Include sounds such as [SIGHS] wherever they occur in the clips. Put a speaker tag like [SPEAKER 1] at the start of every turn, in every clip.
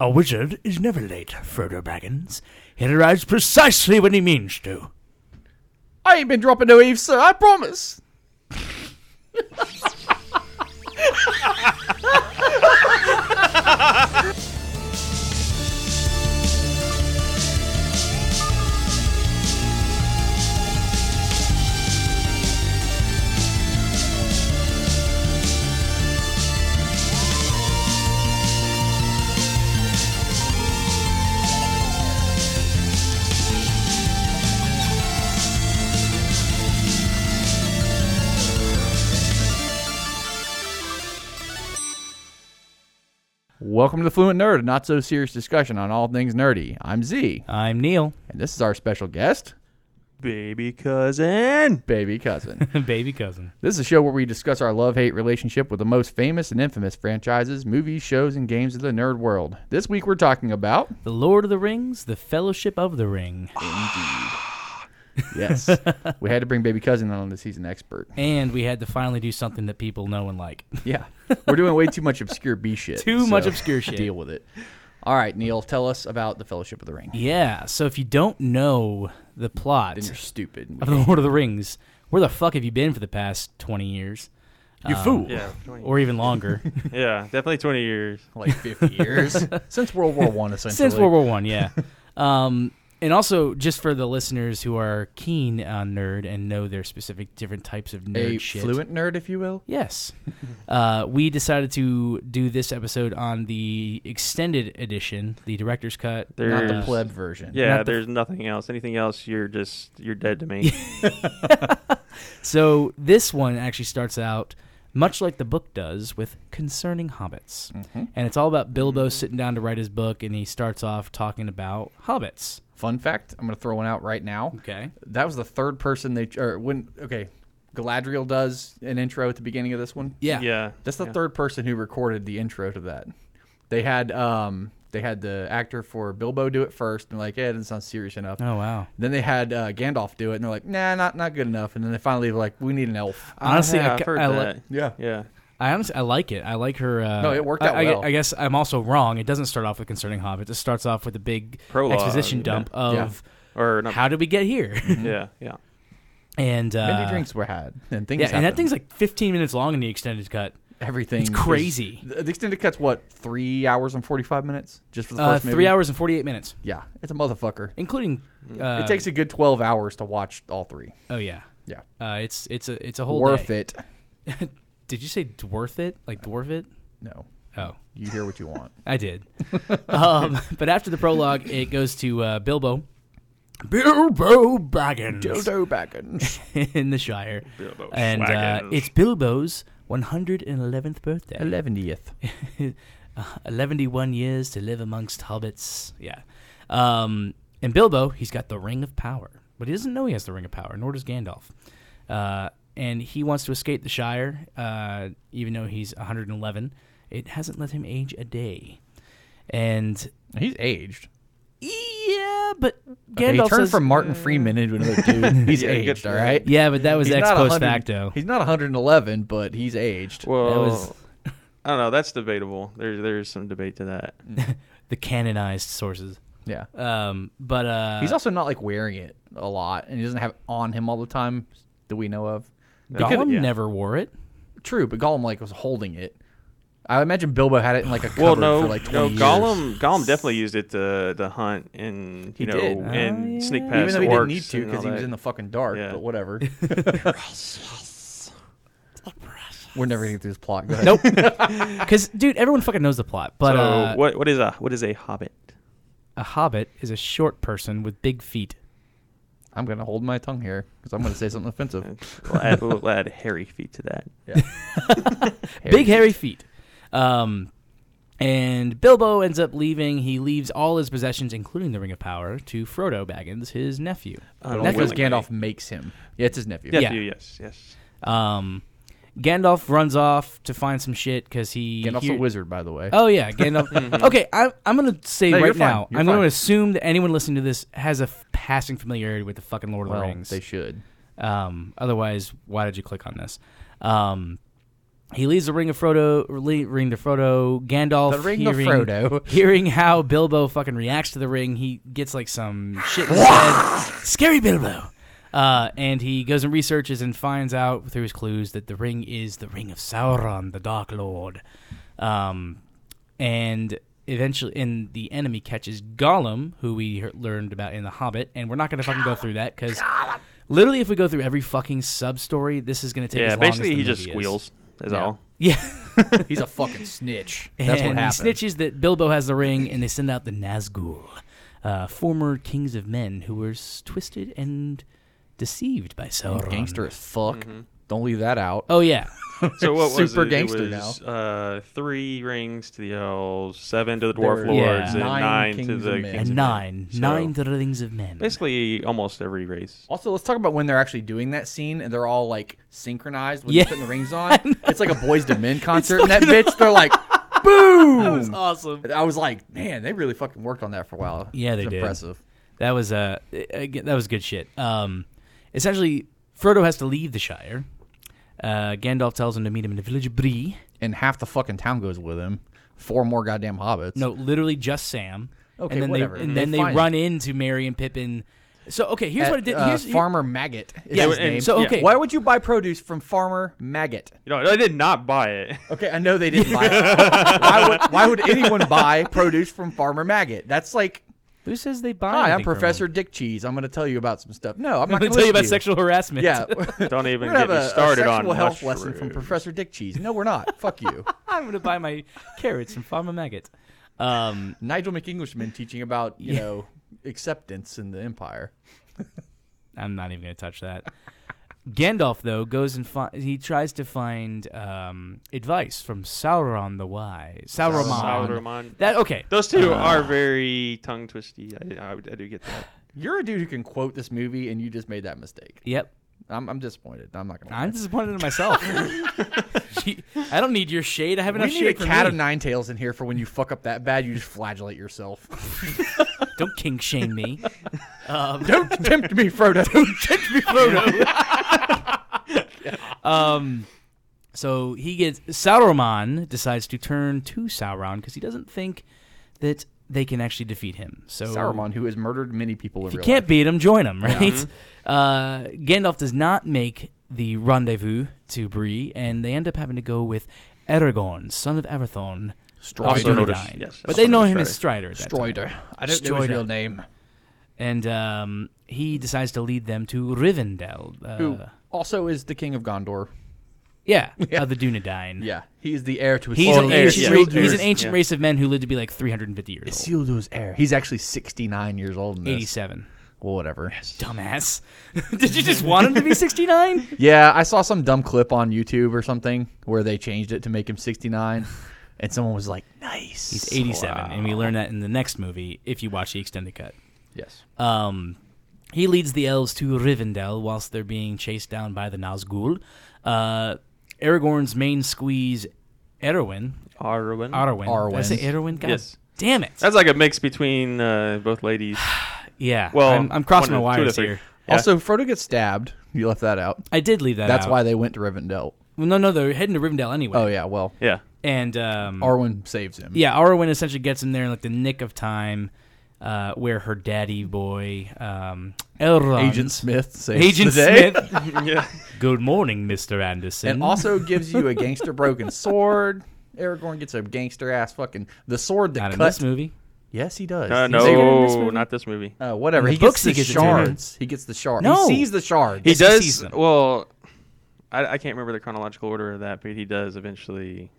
[SPEAKER 1] A wizard is never late, Frodo Baggins. He arrives precisely when he means to.
[SPEAKER 2] I ain't been dropping no Eve, sir. I promise. Welcome to the Fluent Nerd, a not so serious discussion on all things nerdy. I'm Z,
[SPEAKER 1] I'm Neil,
[SPEAKER 2] and this is our special guest,
[SPEAKER 3] Baby cousin.
[SPEAKER 2] [LAUGHS] baby cousin. [LAUGHS]
[SPEAKER 1] baby cousin.
[SPEAKER 2] this is a show where we discuss our love hate relationship with the most famous and infamous franchises, movies, shows, and games of the nerd world. This week we're talking about.
[SPEAKER 1] The Lord of the Rings, the Fellowship of the Ring, [LAUGHS]
[SPEAKER 2] Yes. we had to bring baby cousin on this. He's an expert.
[SPEAKER 1] and we had to finally do something that people know and
[SPEAKER 2] [LAUGHS]
[SPEAKER 1] like.
[SPEAKER 2] Yeah. We're doing way too much obscure B shit.
[SPEAKER 1] Too much obscure shit.
[SPEAKER 2] Deal with it. All right, Neil, tell us about the Fellowship of the Ring.
[SPEAKER 1] Yeah, so if you don't know the plot
[SPEAKER 2] Then you're stupid.
[SPEAKER 1] of The Lord of the Rings, where the fuck have you been for the past 20 years? Um,
[SPEAKER 2] You fool.
[SPEAKER 3] Yeah, 20
[SPEAKER 1] [LAUGHS] Or even
[SPEAKER 2] [LAUGHS]
[SPEAKER 1] longer.
[SPEAKER 3] [LAUGHS] yeah, definitely 20 years.
[SPEAKER 2] Like 50
[SPEAKER 1] [LAUGHS]
[SPEAKER 2] years. Since World War One, essentially.
[SPEAKER 1] Since World War One,
[SPEAKER 2] [LAUGHS]
[SPEAKER 1] yeah. um, and also, just for the listeners who are keen on nerd and know their specific different types of nerd
[SPEAKER 2] a
[SPEAKER 1] shit.
[SPEAKER 2] fluent nerd, if you will.
[SPEAKER 1] Yes. uh, we decided to do this episode on the extended edition, the director's cut.
[SPEAKER 2] Not
[SPEAKER 3] There's,
[SPEAKER 2] the pleb version.
[SPEAKER 3] Yeah,
[SPEAKER 1] not the-
[SPEAKER 3] there's nothing else. Anything else, you're just you're dead to me.
[SPEAKER 1] So this one actually starts out much like the book does with concerning hobbits. And it's all about Bilbo sitting down to write his book and he starts off talking about hobbits.
[SPEAKER 2] Fun fact I'm going to throw one out right now.
[SPEAKER 1] Okay.
[SPEAKER 2] That was the third person they. Or when. Okay. Galadriel does an intro at the beginning of this one.
[SPEAKER 1] Yeah.
[SPEAKER 3] yeah.
[SPEAKER 2] That's the
[SPEAKER 3] yeah.
[SPEAKER 2] third person who recorded the intro to that. They had um they had the actor for Bilbo do it first and like, yeah, it doesn't sound serious enough.
[SPEAKER 1] Oh wow.
[SPEAKER 2] Then they had uh, Gandalf do it and they're like, nah, not not good enough. And then they finally were like, we need an elf.
[SPEAKER 1] Honestly,
[SPEAKER 3] yeah,
[SPEAKER 1] I,
[SPEAKER 3] I've
[SPEAKER 1] ca-
[SPEAKER 3] heard
[SPEAKER 1] I, li-
[SPEAKER 3] that.
[SPEAKER 2] Yeah.
[SPEAKER 3] yeah.
[SPEAKER 1] I honestly I like it. I like her. Uh,
[SPEAKER 2] No, it worked out
[SPEAKER 1] I, I,
[SPEAKER 2] well.
[SPEAKER 1] I guess I'm also wrong. It doesn't start off with concerning hobbits. It starts off with a big
[SPEAKER 3] Prologue,
[SPEAKER 1] exposition
[SPEAKER 3] yeah.
[SPEAKER 1] dump
[SPEAKER 2] Yeah.
[SPEAKER 1] of
[SPEAKER 3] Or not.
[SPEAKER 1] how did we get here,
[SPEAKER 3] yeah, yeah.
[SPEAKER 1] and uh,
[SPEAKER 2] Many drinks were had and things.
[SPEAKER 1] Yeah, and that
[SPEAKER 2] happened.
[SPEAKER 1] thing's like 15 minutes long in the extended cut.
[SPEAKER 2] everything.
[SPEAKER 1] it's
[SPEAKER 2] is-
[SPEAKER 1] crazy.
[SPEAKER 2] the the extended cut's what three hours and forty five minutes just for the
[SPEAKER 1] Uh,
[SPEAKER 2] first movie?
[SPEAKER 1] three hours and 48 minutes,
[SPEAKER 2] Yeah, it's a motherfucker.
[SPEAKER 1] including. Uh,
[SPEAKER 2] Mm. it takes a good twelve hours to watch all three.
[SPEAKER 1] Oh yeah.
[SPEAKER 2] Yeah,
[SPEAKER 1] Uh, it's it's a it's a whole
[SPEAKER 2] worth
[SPEAKER 1] day.
[SPEAKER 2] it.
[SPEAKER 1] Did you say dwarf it? Like dwarf it?
[SPEAKER 2] No,
[SPEAKER 1] Oh.
[SPEAKER 2] you hear what you want.
[SPEAKER 1] [LAUGHS] I did. um, but after the prologue, it goes to uh, Bilbo. Bilbo Baggins
[SPEAKER 2] Dildo Baggins.
[SPEAKER 1] [LAUGHS] in the Shire.
[SPEAKER 3] Bilbo
[SPEAKER 1] and uh,
[SPEAKER 3] Baggins.
[SPEAKER 1] it's Bilbo's 111th birthday.
[SPEAKER 2] Eleventieth.
[SPEAKER 1] [LAUGHS] 111 years to live amongst hobbits. Yeah. Um, and Bilbo, he's got the Ring of Power. But he doesn't know he has the Ring of Power, nor does Gandalf. Uh, and he wants to escape the Shire, uh, even though he's 111. It hasn't let him age a day. And
[SPEAKER 2] He's aged.
[SPEAKER 1] yeah, but Gandalf
[SPEAKER 2] Okay, he turned
[SPEAKER 1] says, uh,
[SPEAKER 2] from Martin Freeman
[SPEAKER 1] [LAUGHS]
[SPEAKER 2] into another dude. He's
[SPEAKER 3] Yeah, good
[SPEAKER 2] aged,
[SPEAKER 3] for
[SPEAKER 2] all
[SPEAKER 3] him.
[SPEAKER 2] right.
[SPEAKER 1] yeah, but that was
[SPEAKER 2] He's
[SPEAKER 1] ex
[SPEAKER 2] not
[SPEAKER 1] post
[SPEAKER 2] 100
[SPEAKER 1] facto.
[SPEAKER 2] He's not 111, but he's aged.
[SPEAKER 1] That
[SPEAKER 3] Well,
[SPEAKER 1] was
[SPEAKER 3] I don't know. That's debatable. There's there's some debate to that.
[SPEAKER 1] Mm.
[SPEAKER 2] Oh.
[SPEAKER 1] [LAUGHS] the canonized sources.
[SPEAKER 2] yeah,
[SPEAKER 1] Um, but uh,
[SPEAKER 2] he's also not like wearing it a lot, and he doesn't have it on him all the time that we know of. He
[SPEAKER 1] Gollum
[SPEAKER 2] could've-
[SPEAKER 3] yeah.
[SPEAKER 1] never wore it.
[SPEAKER 2] True, but Gollum like was holding it. I imagine Bilbo had it in like a cupboard
[SPEAKER 3] Well, no,
[SPEAKER 2] for like 20
[SPEAKER 3] no.
[SPEAKER 2] years.
[SPEAKER 3] Gollum, Gollum definitely used it to to hunt and
[SPEAKER 2] He
[SPEAKER 3] you know
[SPEAKER 2] did.
[SPEAKER 3] and
[SPEAKER 1] Oh,
[SPEAKER 3] sneak
[SPEAKER 1] yeah.
[SPEAKER 3] past
[SPEAKER 2] even though
[SPEAKER 3] orcs
[SPEAKER 2] he didn't need to
[SPEAKER 3] because
[SPEAKER 2] because he was in the fucking dark.
[SPEAKER 3] Yeah.
[SPEAKER 2] But whatever.
[SPEAKER 3] [LAUGHS]
[SPEAKER 2] We're never gonna get through this plot. Go ahead.
[SPEAKER 1] Nope. Because, dude, everyone fucking knows the plot. But
[SPEAKER 3] So
[SPEAKER 1] uh,
[SPEAKER 3] what what is a what is a hobbit?
[SPEAKER 1] a hobbit is a short person with big feet.
[SPEAKER 2] [LAUGHS] I'm gonna hold my tongue here because I'm gonna say something offensive.
[SPEAKER 3] [LAUGHS] We'll add, we'll add hairy feet to that.
[SPEAKER 1] [LAUGHS] Big, hairy feet. Um, and Bilbo ends up leaving. He leaves all his possessions, including the Ring of Power, to Frodo Baggins, his nephew.
[SPEAKER 2] That's because
[SPEAKER 3] Unwillingly.
[SPEAKER 2] Gandalf makes him. Yeah, it's his nephew.
[SPEAKER 3] Nephew, yes, yes.
[SPEAKER 1] Um, Gandalf runs off to find some shit because he.
[SPEAKER 2] Gandalf's
[SPEAKER 1] hear-
[SPEAKER 2] a wizard, by the way.
[SPEAKER 1] [LAUGHS] Oh yeah, Gandalf. okay, I'm I'm gonna say
[SPEAKER 2] Mm-hmm. No, you're
[SPEAKER 1] right
[SPEAKER 2] fine.
[SPEAKER 1] now,
[SPEAKER 2] You're
[SPEAKER 1] I'm gonna
[SPEAKER 2] fine.
[SPEAKER 1] assume that anyone listening to this has a f- passing familiarity with the fucking Lord of
[SPEAKER 2] well,
[SPEAKER 1] [LAUGHS] the Rings.
[SPEAKER 2] they should.
[SPEAKER 1] Um, otherwise, why did you click on this? Um, He leaves the ring of Frodo, le- ring to Frodo, Gandalf.
[SPEAKER 2] The ring of
[SPEAKER 1] hearing,
[SPEAKER 2] Frodo.
[SPEAKER 1] Hearing how Bilbo fucking reacts to the ring, he gets like some shit in his head. Scary Bilbo. Uh, and he goes and researches and finds out through his clues that the ring is the ring of Sauron, the Dark Lord. Um, and eventually, and the enemy catches Gollum, who we he- learned about in The Hobbit. And we're not going to fucking go through that because literally, if we go through every fucking sub story, this is going to take
[SPEAKER 3] yeah,
[SPEAKER 1] as long as
[SPEAKER 3] basically
[SPEAKER 1] the
[SPEAKER 3] he just
[SPEAKER 1] movie is.
[SPEAKER 3] squeals. Is
[SPEAKER 2] Yeah.
[SPEAKER 3] all.
[SPEAKER 1] Yeah. [LAUGHS]
[SPEAKER 2] He's a fucking snitch.
[SPEAKER 1] And
[SPEAKER 2] That's what happened.
[SPEAKER 1] He snitches that Bilbo has the ring, and they send out the Nazgul, uh, former kings of men who were s- twisted and deceived by Sauron.
[SPEAKER 2] Gangster as fuck.
[SPEAKER 3] Mm-hmm.
[SPEAKER 2] Don't leave that out.
[SPEAKER 1] Oh
[SPEAKER 2] [LAUGHS]
[SPEAKER 1] yeah,
[SPEAKER 3] So what was
[SPEAKER 2] Super
[SPEAKER 3] it?
[SPEAKER 2] gangster
[SPEAKER 3] it was, Uh, three rings to the elves, seven to the
[SPEAKER 2] There
[SPEAKER 3] dwarf
[SPEAKER 2] were
[SPEAKER 1] Yeah.
[SPEAKER 3] lords, and
[SPEAKER 2] nine
[SPEAKER 3] nine, to
[SPEAKER 2] kings
[SPEAKER 3] the
[SPEAKER 2] and men.
[SPEAKER 3] kings
[SPEAKER 1] and
[SPEAKER 3] of men.
[SPEAKER 1] nine,
[SPEAKER 3] So,
[SPEAKER 1] nine to the rings of men.
[SPEAKER 3] Basically, almost every race.
[SPEAKER 2] Also, let's talk about when they're actually doing that scene and they're all like synchronized when
[SPEAKER 1] Yeah.
[SPEAKER 2] they're putting the
[SPEAKER 1] [LAUGHS]
[SPEAKER 2] rings on. It's like a boys to men concert.
[SPEAKER 1] It's
[SPEAKER 2] And that bitch, they're like,
[SPEAKER 1] [LAUGHS]
[SPEAKER 2] boom.
[SPEAKER 1] That was awesome.
[SPEAKER 2] I was like, man, they really fucking worked on that for a while.
[SPEAKER 1] Yeah, they
[SPEAKER 2] it's
[SPEAKER 1] did.
[SPEAKER 2] Impressive.
[SPEAKER 1] That was uh, again, that was good shit. Um, essentially, Frodo has to leave the Shire. Uh, Gandalf tells him to meet him in the village of Bree.
[SPEAKER 2] And half the fucking town goes with him. Four more goddamn hobbits.
[SPEAKER 1] No, literally just Sam.
[SPEAKER 2] Okay,
[SPEAKER 1] and then
[SPEAKER 2] whatever.
[SPEAKER 1] They, and
[SPEAKER 2] They
[SPEAKER 1] then they,
[SPEAKER 2] find
[SPEAKER 1] run into Merry and Pippin. So okay, here's
[SPEAKER 2] At,
[SPEAKER 1] what I did.
[SPEAKER 2] uh,
[SPEAKER 1] Here's, here-
[SPEAKER 2] Farmer Maggot is
[SPEAKER 1] Yeah,
[SPEAKER 2] his
[SPEAKER 1] and-
[SPEAKER 2] name.
[SPEAKER 1] so, okay.
[SPEAKER 2] Why would you buy produce from Farmer Maggot?
[SPEAKER 3] You know, I did not buy
[SPEAKER 2] [LAUGHS]
[SPEAKER 3] it.
[SPEAKER 2] Okay, I know they didn't buy it. why, would, why would anyone buy produce from Farmer Maggot? That's like,
[SPEAKER 1] Who says they buy?
[SPEAKER 2] hi, I'm
[SPEAKER 1] anything from
[SPEAKER 2] Professor Dick Cheese. I'm going to tell you about some stuff.
[SPEAKER 1] [LAUGHS]
[SPEAKER 2] No,
[SPEAKER 1] them?
[SPEAKER 2] I'm not
[SPEAKER 1] I'm going
[SPEAKER 2] going
[SPEAKER 1] to tell you about sexual harassment. [LAUGHS]
[SPEAKER 2] Yeah. [LAUGHS]
[SPEAKER 3] Don't even
[SPEAKER 2] We're gonna
[SPEAKER 3] get
[SPEAKER 2] have
[SPEAKER 3] me
[SPEAKER 2] a,
[SPEAKER 3] started
[SPEAKER 2] a
[SPEAKER 3] on
[SPEAKER 2] sexual health lesson
[SPEAKER 3] mushrooms.
[SPEAKER 2] from Professor Dick Cheese. No, we're not. [LAUGHS] Fuck you.
[SPEAKER 1] I'm going to buy my carrots from Farmer Maggot. Um,
[SPEAKER 2] Nigel McEnglishman teaching about you
[SPEAKER 1] Yeah.
[SPEAKER 2] know acceptance in the empire.
[SPEAKER 1] I'm not even going to touch that. Gandalf though goes and fi- he tries to find um, advice from Sauron the Wise. Sauron.
[SPEAKER 3] Sauron.
[SPEAKER 1] That okay.
[SPEAKER 3] Those two
[SPEAKER 2] Uh,
[SPEAKER 3] are very tongue twisty. I, I, I do get that.
[SPEAKER 2] You're a dude who can quote this movie, and you just made that mistake.
[SPEAKER 1] Yep.
[SPEAKER 2] I'm, I'm disappointed. I'm not gonna.
[SPEAKER 1] I'm
[SPEAKER 2] lie.
[SPEAKER 1] disappointed in
[SPEAKER 2] [LAUGHS]
[SPEAKER 1] myself. Gee, I don't need your shade. I have enough
[SPEAKER 2] we need a
[SPEAKER 1] shade for
[SPEAKER 2] cat
[SPEAKER 1] me.
[SPEAKER 2] of nine tails in here for when you fuck up that bad, you just
[SPEAKER 1] [LAUGHS]
[SPEAKER 2] flagellate yourself.
[SPEAKER 1] Don't king shame me. [LAUGHS]
[SPEAKER 2] Don't tempt me, Frodo. Don't tempt me, [LAUGHS] Frodo.
[SPEAKER 1] Um, so he gets Sauron decides to turn to Sauron because he doesn't think that they can actually defeat him. So
[SPEAKER 2] Saruman, who has murdered many people in
[SPEAKER 1] if you
[SPEAKER 2] real
[SPEAKER 1] can't
[SPEAKER 2] life.
[SPEAKER 1] beat him, join him, right? Uh, Gandalf does not make the rendezvous to Bree, and they end up having to go with Aragorn, son of Arathorn,
[SPEAKER 2] Strider.
[SPEAKER 1] of Dunedain.
[SPEAKER 3] Notice- yes,
[SPEAKER 1] but
[SPEAKER 3] that's
[SPEAKER 1] they know
[SPEAKER 3] what
[SPEAKER 1] him
[SPEAKER 3] it
[SPEAKER 1] as
[SPEAKER 3] is,
[SPEAKER 1] Strider. at that time.
[SPEAKER 2] Strider. I don't know his
[SPEAKER 1] Strider.
[SPEAKER 2] real name.
[SPEAKER 1] and um, he decides to lead them to Rivendell. Uh,
[SPEAKER 2] Who also is the king of Gondor. [LAUGHS]
[SPEAKER 1] Yeah, of the Dunedain.
[SPEAKER 2] Yeah, he is the heir to his.
[SPEAKER 1] He's,
[SPEAKER 3] Oh,
[SPEAKER 1] an
[SPEAKER 3] heirs,
[SPEAKER 1] ancient,
[SPEAKER 3] yeah.
[SPEAKER 1] ra- he's an
[SPEAKER 3] Heirs,
[SPEAKER 1] ancient
[SPEAKER 3] yeah.
[SPEAKER 1] race of men who lived to be like 350 years old.
[SPEAKER 2] Isildur's heir. He's actually 69 years old in this.
[SPEAKER 1] 87.
[SPEAKER 2] Well, whatever.
[SPEAKER 1] Dumbass. [LAUGHS] Did you just want him
[SPEAKER 3] [LAUGHS]
[SPEAKER 1] to be 69?
[SPEAKER 2] Yeah, I saw some dumb clip on YouTube or something where they changed it to make him 69, and someone was like, nice.
[SPEAKER 1] He's 87, and we learn that in the next movie if you watch the extended cut.
[SPEAKER 2] Yes.
[SPEAKER 1] Um, he leads the elves to Rivendell whilst they're being chased down by the Nazgul. Uh, Aragorn's main squeeze, Erwin.
[SPEAKER 3] Arwen.
[SPEAKER 1] Arwen. Did I
[SPEAKER 2] Arwen.
[SPEAKER 1] say Erwin? God
[SPEAKER 3] Yes.
[SPEAKER 1] Damn it.
[SPEAKER 3] That's like a mix between uh,
[SPEAKER 2] [SIGHS]
[SPEAKER 3] both ladies.
[SPEAKER 1] yeah.
[SPEAKER 3] Well,
[SPEAKER 1] I'm, I'm crossing my
[SPEAKER 3] one of the-
[SPEAKER 1] wires
[SPEAKER 3] two of the
[SPEAKER 1] here.
[SPEAKER 3] three. Yeah.
[SPEAKER 2] Also, Frodo gets stabbed. You left that out.
[SPEAKER 1] I did leave that
[SPEAKER 2] That's
[SPEAKER 1] out.
[SPEAKER 2] why they went to Rivendell.
[SPEAKER 1] Well, no, no, they're heading to Rivendell anyway.
[SPEAKER 2] Oh, yeah, well, [LAUGHS]
[SPEAKER 3] yeah.
[SPEAKER 1] And um,
[SPEAKER 2] Arwen saves him.
[SPEAKER 1] yeah, Arwen essentially gets him there in like the nick of time, uh, where her daddy boy, um, Elrond,
[SPEAKER 2] Agent Smith saves
[SPEAKER 1] Agent
[SPEAKER 2] the day.
[SPEAKER 1] Smith.
[SPEAKER 2] [LAUGHS]
[SPEAKER 3] yeah.
[SPEAKER 1] Good morning, Mister Anderson.
[SPEAKER 2] And also gives
[SPEAKER 1] [LAUGHS]
[SPEAKER 2] you a gangster broken sword. Aragorn gets a gangster ass fucking the sword
[SPEAKER 1] not
[SPEAKER 2] that
[SPEAKER 1] in
[SPEAKER 2] cuts.
[SPEAKER 1] this movie.
[SPEAKER 2] Yes, he does.
[SPEAKER 3] Uh,
[SPEAKER 2] He's a-
[SPEAKER 1] in this
[SPEAKER 3] no,
[SPEAKER 1] movie?
[SPEAKER 3] not this movie.
[SPEAKER 2] Uh, whatever.
[SPEAKER 1] In the
[SPEAKER 2] He
[SPEAKER 1] books,
[SPEAKER 2] gets
[SPEAKER 1] he
[SPEAKER 2] the
[SPEAKER 1] gets it, yeah.
[SPEAKER 2] shards. He gets the shards.
[SPEAKER 1] No.
[SPEAKER 2] He sees the shards.
[SPEAKER 3] He
[SPEAKER 1] Yes, he
[SPEAKER 3] does.
[SPEAKER 1] sees them.
[SPEAKER 3] well, I, I can't remember the chronological order of that, but he does eventually.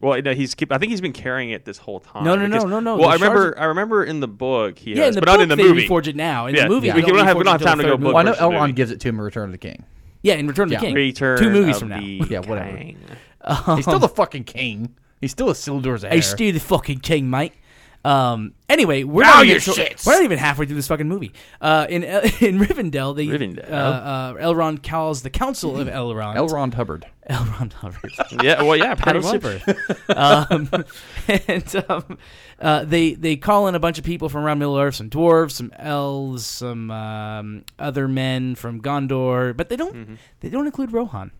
[SPEAKER 3] Well, no, he's keep. I think he's been carrying it this whole time.
[SPEAKER 1] No, no, no,
[SPEAKER 3] because-
[SPEAKER 1] no, no, the
[SPEAKER 3] Well, I remember.
[SPEAKER 1] shards
[SPEAKER 3] I remember in the book he
[SPEAKER 1] yeah,
[SPEAKER 3] has,
[SPEAKER 1] in the
[SPEAKER 3] but
[SPEAKER 1] book
[SPEAKER 3] not in the
[SPEAKER 1] they
[SPEAKER 3] movie.
[SPEAKER 1] reforge it now. In
[SPEAKER 3] Yeah.
[SPEAKER 1] the movie,
[SPEAKER 3] Yeah.
[SPEAKER 1] they
[SPEAKER 3] We don't have- we
[SPEAKER 1] reforge
[SPEAKER 3] don't
[SPEAKER 1] it until
[SPEAKER 3] have time to
[SPEAKER 1] the
[SPEAKER 3] go
[SPEAKER 1] third
[SPEAKER 3] book
[SPEAKER 2] Well, I
[SPEAKER 1] movie.
[SPEAKER 2] know
[SPEAKER 3] versus the
[SPEAKER 2] Elrond
[SPEAKER 3] movie.
[SPEAKER 2] gives it to him in Return of the King.
[SPEAKER 1] Yeah, in Return of
[SPEAKER 2] Yeah.
[SPEAKER 1] the King,
[SPEAKER 3] Return
[SPEAKER 1] two movies [LAUGHS]
[SPEAKER 3] of
[SPEAKER 1] from now.
[SPEAKER 3] the
[SPEAKER 2] Yeah, whatever.
[SPEAKER 3] King.
[SPEAKER 1] [LAUGHS]
[SPEAKER 2] He's still the fucking king. He's still Isildur's heir.
[SPEAKER 1] Hey, steal the fucking king, mate. Um. Anyway, we're
[SPEAKER 2] Now
[SPEAKER 1] not
[SPEAKER 2] you
[SPEAKER 1] even, so-
[SPEAKER 2] shits.
[SPEAKER 1] we're not even halfway through this fucking movie. Uh, [LAUGHS] in El- in Rivendell, they
[SPEAKER 3] Rivendell.
[SPEAKER 1] Uh, uh, Elrond calls the Council
[SPEAKER 3] [LAUGHS]
[SPEAKER 1] of Elrond.
[SPEAKER 2] Elrond Hubbard.
[SPEAKER 1] Elrond Hubbard.
[SPEAKER 3] Yeah, well, yeah,
[SPEAKER 1] Adam
[SPEAKER 3] pretty much.
[SPEAKER 1] Silver. [LAUGHS] um, and um, uh, they they call in a bunch of people from around Middle Earth, some dwarves, some elves, some um, other men from Gondor, but they don't they don't include Rohan.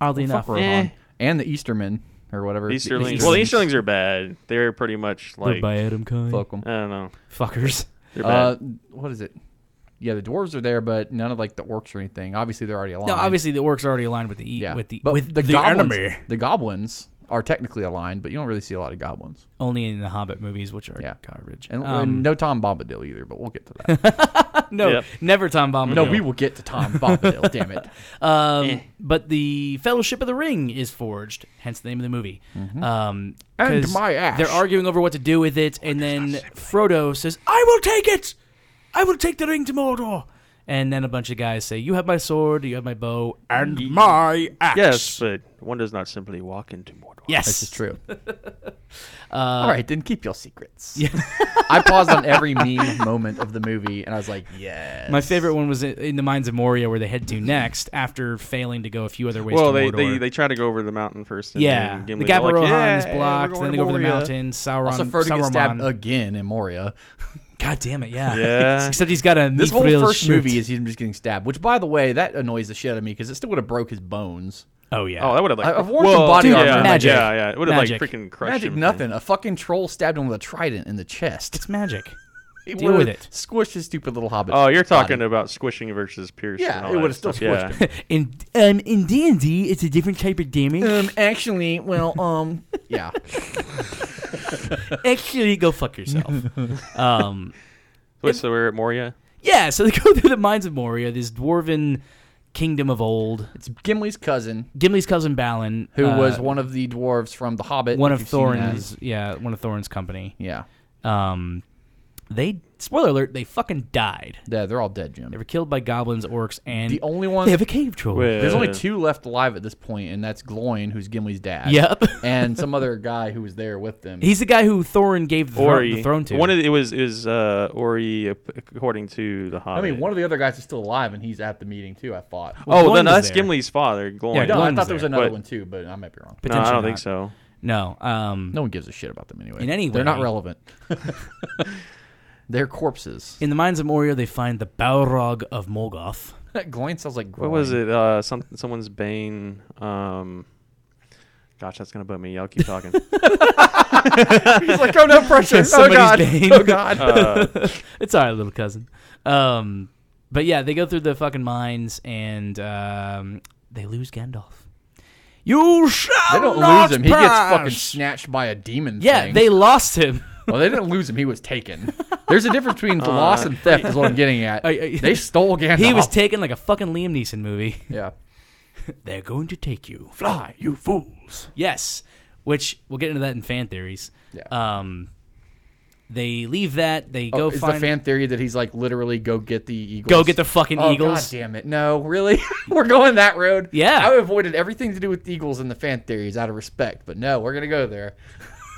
[SPEAKER 1] Oddly [LAUGHS] enough,
[SPEAKER 2] Mm-hmm. Fuck Rohan.
[SPEAKER 3] Eh.
[SPEAKER 2] and the Easterman or whatever. The
[SPEAKER 3] Easterlings.
[SPEAKER 1] Easterlings.
[SPEAKER 3] Well, the Easterlings are bad. They're pretty much
[SPEAKER 1] They're
[SPEAKER 3] like
[SPEAKER 1] by Adam Kind.
[SPEAKER 2] Fuck 'em.
[SPEAKER 3] I don't know.
[SPEAKER 1] Fuckers.
[SPEAKER 3] They're bad.
[SPEAKER 2] Uh, what is it? Yeah, the dwarves are there, but none of like the orcs or anything. Obviously, they're already aligned.
[SPEAKER 1] No, obviously the orcs are already aligned with the E,
[SPEAKER 2] yeah.
[SPEAKER 1] with the
[SPEAKER 2] but
[SPEAKER 1] with
[SPEAKER 2] the, goblins,
[SPEAKER 1] enemy.
[SPEAKER 2] the goblins are technically aligned, but you don't really see a lot of goblins,
[SPEAKER 1] Only in the Hobbit movies, which are
[SPEAKER 2] Yeah.
[SPEAKER 1] garbage.
[SPEAKER 2] and,
[SPEAKER 1] Um,
[SPEAKER 2] and no Tom Bombadil either. But we'll get to
[SPEAKER 1] [LAUGHS]
[SPEAKER 2] that.
[SPEAKER 1] no,
[SPEAKER 3] Yep.
[SPEAKER 1] never Tom Bombadil.
[SPEAKER 2] no, we will get to Tom Bombadil. damn it.
[SPEAKER 1] Um,
[SPEAKER 3] Eh.
[SPEAKER 1] But the Fellowship of the Ring is forged, hence the name of the movie.
[SPEAKER 3] Mm-hmm.
[SPEAKER 1] Um,
[SPEAKER 2] And
[SPEAKER 1] 'cause
[SPEAKER 2] my ash.
[SPEAKER 1] They're arguing over what to do with it, and then Frodo says, "I will take it. I will take the ring to Mordor." And then a bunch of guys say, "You have my sword. You have my bow, and my axe."
[SPEAKER 3] yes, but one does not simply walk into Mordor.
[SPEAKER 1] Yes,
[SPEAKER 2] This
[SPEAKER 1] [LAUGHS]
[SPEAKER 2] is true. All right, then keep your secrets.
[SPEAKER 1] Uh, Yeah.
[SPEAKER 2] [LAUGHS] I paused on every meme moment of the movie, and I was like, yes.
[SPEAKER 1] My favorite one was in- in the Mines of Moria, where they head to next after failing to go a few other ways.
[SPEAKER 3] Well,
[SPEAKER 1] to
[SPEAKER 3] they,
[SPEAKER 1] Mordor.
[SPEAKER 3] they they try to go over the mountain first. And
[SPEAKER 1] yeah,
[SPEAKER 3] then
[SPEAKER 1] the
[SPEAKER 3] Gimli- they're like,
[SPEAKER 1] Gabarohan
[SPEAKER 3] "Yeah,
[SPEAKER 1] is
[SPEAKER 3] we're
[SPEAKER 1] blocked.
[SPEAKER 3] going
[SPEAKER 1] Then
[SPEAKER 3] to
[SPEAKER 1] they go over the
[SPEAKER 3] Moria."
[SPEAKER 1] mountain. Sauron,
[SPEAKER 2] Also, Frodo gets stabbed
[SPEAKER 1] Saruman.
[SPEAKER 2] again in Moria.
[SPEAKER 1] God damn it! Yeah, [LAUGHS]
[SPEAKER 3] Yeah.
[SPEAKER 1] Except he's got a
[SPEAKER 2] This whole
[SPEAKER 1] mithril
[SPEAKER 2] first
[SPEAKER 1] shirt.
[SPEAKER 2] movie is him just getting stabbed, which, by the way, that annoys the shit out of me because it still would have broke his bones.
[SPEAKER 1] Oh yeah.
[SPEAKER 3] Oh, that would have like
[SPEAKER 2] I- I've worn some
[SPEAKER 3] Whoa,
[SPEAKER 2] body
[SPEAKER 3] yeah,
[SPEAKER 2] armor.
[SPEAKER 3] Yeah,
[SPEAKER 1] Magic.
[SPEAKER 3] yeah, yeah. It would have like
[SPEAKER 1] Magic.
[SPEAKER 3] freaking crushed
[SPEAKER 2] Magic
[SPEAKER 3] him.
[SPEAKER 2] nothing. A fucking troll stabbed him with a trident in the chest.
[SPEAKER 1] it's
[SPEAKER 2] [LAUGHS]
[SPEAKER 1] magic.
[SPEAKER 2] It
[SPEAKER 1] Deal with
[SPEAKER 2] would've
[SPEAKER 1] it.
[SPEAKER 2] Squished his stupid little hobbit.
[SPEAKER 3] Oh, you're
[SPEAKER 2] body.
[SPEAKER 3] talking about squishing versus pierce.
[SPEAKER 2] Yeah,
[SPEAKER 3] and
[SPEAKER 2] it
[SPEAKER 3] all
[SPEAKER 2] would've
[SPEAKER 3] that
[SPEAKER 2] still
[SPEAKER 3] stuff. yeah.
[SPEAKER 2] squished
[SPEAKER 1] In um in D and D, it's a different type of damage.
[SPEAKER 2] [LAUGHS] [LAUGHS] Um, actually,
[SPEAKER 1] [LAUGHS]
[SPEAKER 2] well, um, yeah.
[SPEAKER 1] Actually, go fuck yourself. um,
[SPEAKER 3] Wait, so we're at Moria.
[SPEAKER 1] yeah. So [LAUGHS] they go through the mines of Moria, this dwarven kingdom of old.
[SPEAKER 2] It's Gimli's cousin,
[SPEAKER 1] Gimli's cousin Balin,
[SPEAKER 2] who
[SPEAKER 1] uh,
[SPEAKER 2] was one of the dwarves from The Hobbit.
[SPEAKER 1] one
[SPEAKER 2] if
[SPEAKER 1] of
[SPEAKER 2] you've seen that.
[SPEAKER 1] Thorin's, yeah, one of Thorin's company.
[SPEAKER 2] Yeah.
[SPEAKER 1] Um, they spoiler alert, they fucking died.
[SPEAKER 2] Yeah, they're all dead, Jim.
[SPEAKER 1] They were killed by goblins, orcs, and
[SPEAKER 2] The only
[SPEAKER 1] they
[SPEAKER 2] one
[SPEAKER 1] have a cave troll.
[SPEAKER 2] there's only
[SPEAKER 3] Uh,
[SPEAKER 2] two left alive at this point, and that's Gloin, who's Gimli's dad.
[SPEAKER 1] Yep. [LAUGHS]
[SPEAKER 2] and some other guy who was there with them.
[SPEAKER 1] He's the guy who Thorin gave the, thro-
[SPEAKER 3] Ori.
[SPEAKER 1] the throne to.
[SPEAKER 3] One of the, it was it was uh, Ori uh, according to the
[SPEAKER 2] I
[SPEAKER 3] Hobbit.
[SPEAKER 2] mean, one of the other guys is still alive, and he's at the meeting too. I thought.
[SPEAKER 1] Well,
[SPEAKER 3] Oh,
[SPEAKER 1] Glorm
[SPEAKER 3] then
[SPEAKER 1] was
[SPEAKER 3] that's
[SPEAKER 1] there.
[SPEAKER 3] Gimli's father,
[SPEAKER 1] Yeah,
[SPEAKER 3] Glorm.
[SPEAKER 2] no, I
[SPEAKER 1] Glorm's
[SPEAKER 2] thought there was
[SPEAKER 1] there,
[SPEAKER 2] another
[SPEAKER 3] but-
[SPEAKER 2] one too, but I might be wrong.
[SPEAKER 3] no, I
[SPEAKER 1] potentially
[SPEAKER 3] don't
[SPEAKER 1] not.
[SPEAKER 3] think so.
[SPEAKER 1] No. Um,
[SPEAKER 2] No one gives a shit about them anyway.
[SPEAKER 1] In any
[SPEAKER 2] they're not
[SPEAKER 1] way.
[SPEAKER 3] [LAUGHS]
[SPEAKER 2] relevant. [LAUGHS] They're corpses.
[SPEAKER 1] In the Mines of Moria, they find the Balrog of
[SPEAKER 2] [LAUGHS]
[SPEAKER 1] Morgoth. [LAUGHS]
[SPEAKER 2] Gloin sounds like
[SPEAKER 3] What was it? Uh, some someone's bane. Um, gosh, that's gonna bug me. Y'all
[SPEAKER 2] [LAUGHS]
[SPEAKER 3] keep talking.
[SPEAKER 1] [LAUGHS]
[SPEAKER 2] He's [LAUGHS] like, oh no, pressure. oh
[SPEAKER 1] Somebody's
[SPEAKER 2] god.
[SPEAKER 1] bane.
[SPEAKER 2] Oh god.
[SPEAKER 3] uh,
[SPEAKER 1] [LAUGHS] it's all right, little cousin. Um, but yeah, they go through the fucking mines and um, they lose Gandalf. You shall
[SPEAKER 2] [LAUGHS] they don't
[SPEAKER 1] not
[SPEAKER 2] lose him. He gets
[SPEAKER 1] pass!
[SPEAKER 2] fucking snatched by a demon.
[SPEAKER 1] Yeah,
[SPEAKER 2] thing.
[SPEAKER 1] they lost
[SPEAKER 2] [LAUGHS]
[SPEAKER 1] him.
[SPEAKER 2] Well, they didn't lose him. He
[SPEAKER 1] [LAUGHS]
[SPEAKER 2] was taken. There's a difference between loss and theft, is what I'm getting at.
[SPEAKER 1] Uh, I- I-
[SPEAKER 2] they stole
[SPEAKER 1] [LAUGHS]
[SPEAKER 2] Gandalf.
[SPEAKER 1] he was taken like a fucking Liam Neeson movie. [LAUGHS]
[SPEAKER 2] yeah.
[SPEAKER 1] They're going to take you.
[SPEAKER 2] Fly, you fools.
[SPEAKER 1] Yes, which we'll get into that in fan theories.
[SPEAKER 2] Yeah.
[SPEAKER 1] Um, they leave that. They go
[SPEAKER 2] Oh, is
[SPEAKER 1] find.
[SPEAKER 2] the fan theory that he's like literally go get the eagles?
[SPEAKER 1] Go get the fucking
[SPEAKER 2] oh,
[SPEAKER 1] Eagles.
[SPEAKER 2] God damn it! No, really, [LAUGHS] we're going that road.
[SPEAKER 1] Yeah.
[SPEAKER 2] I avoided everything to do with the eagles and the fan theories out of respect, but no, we're gonna go there.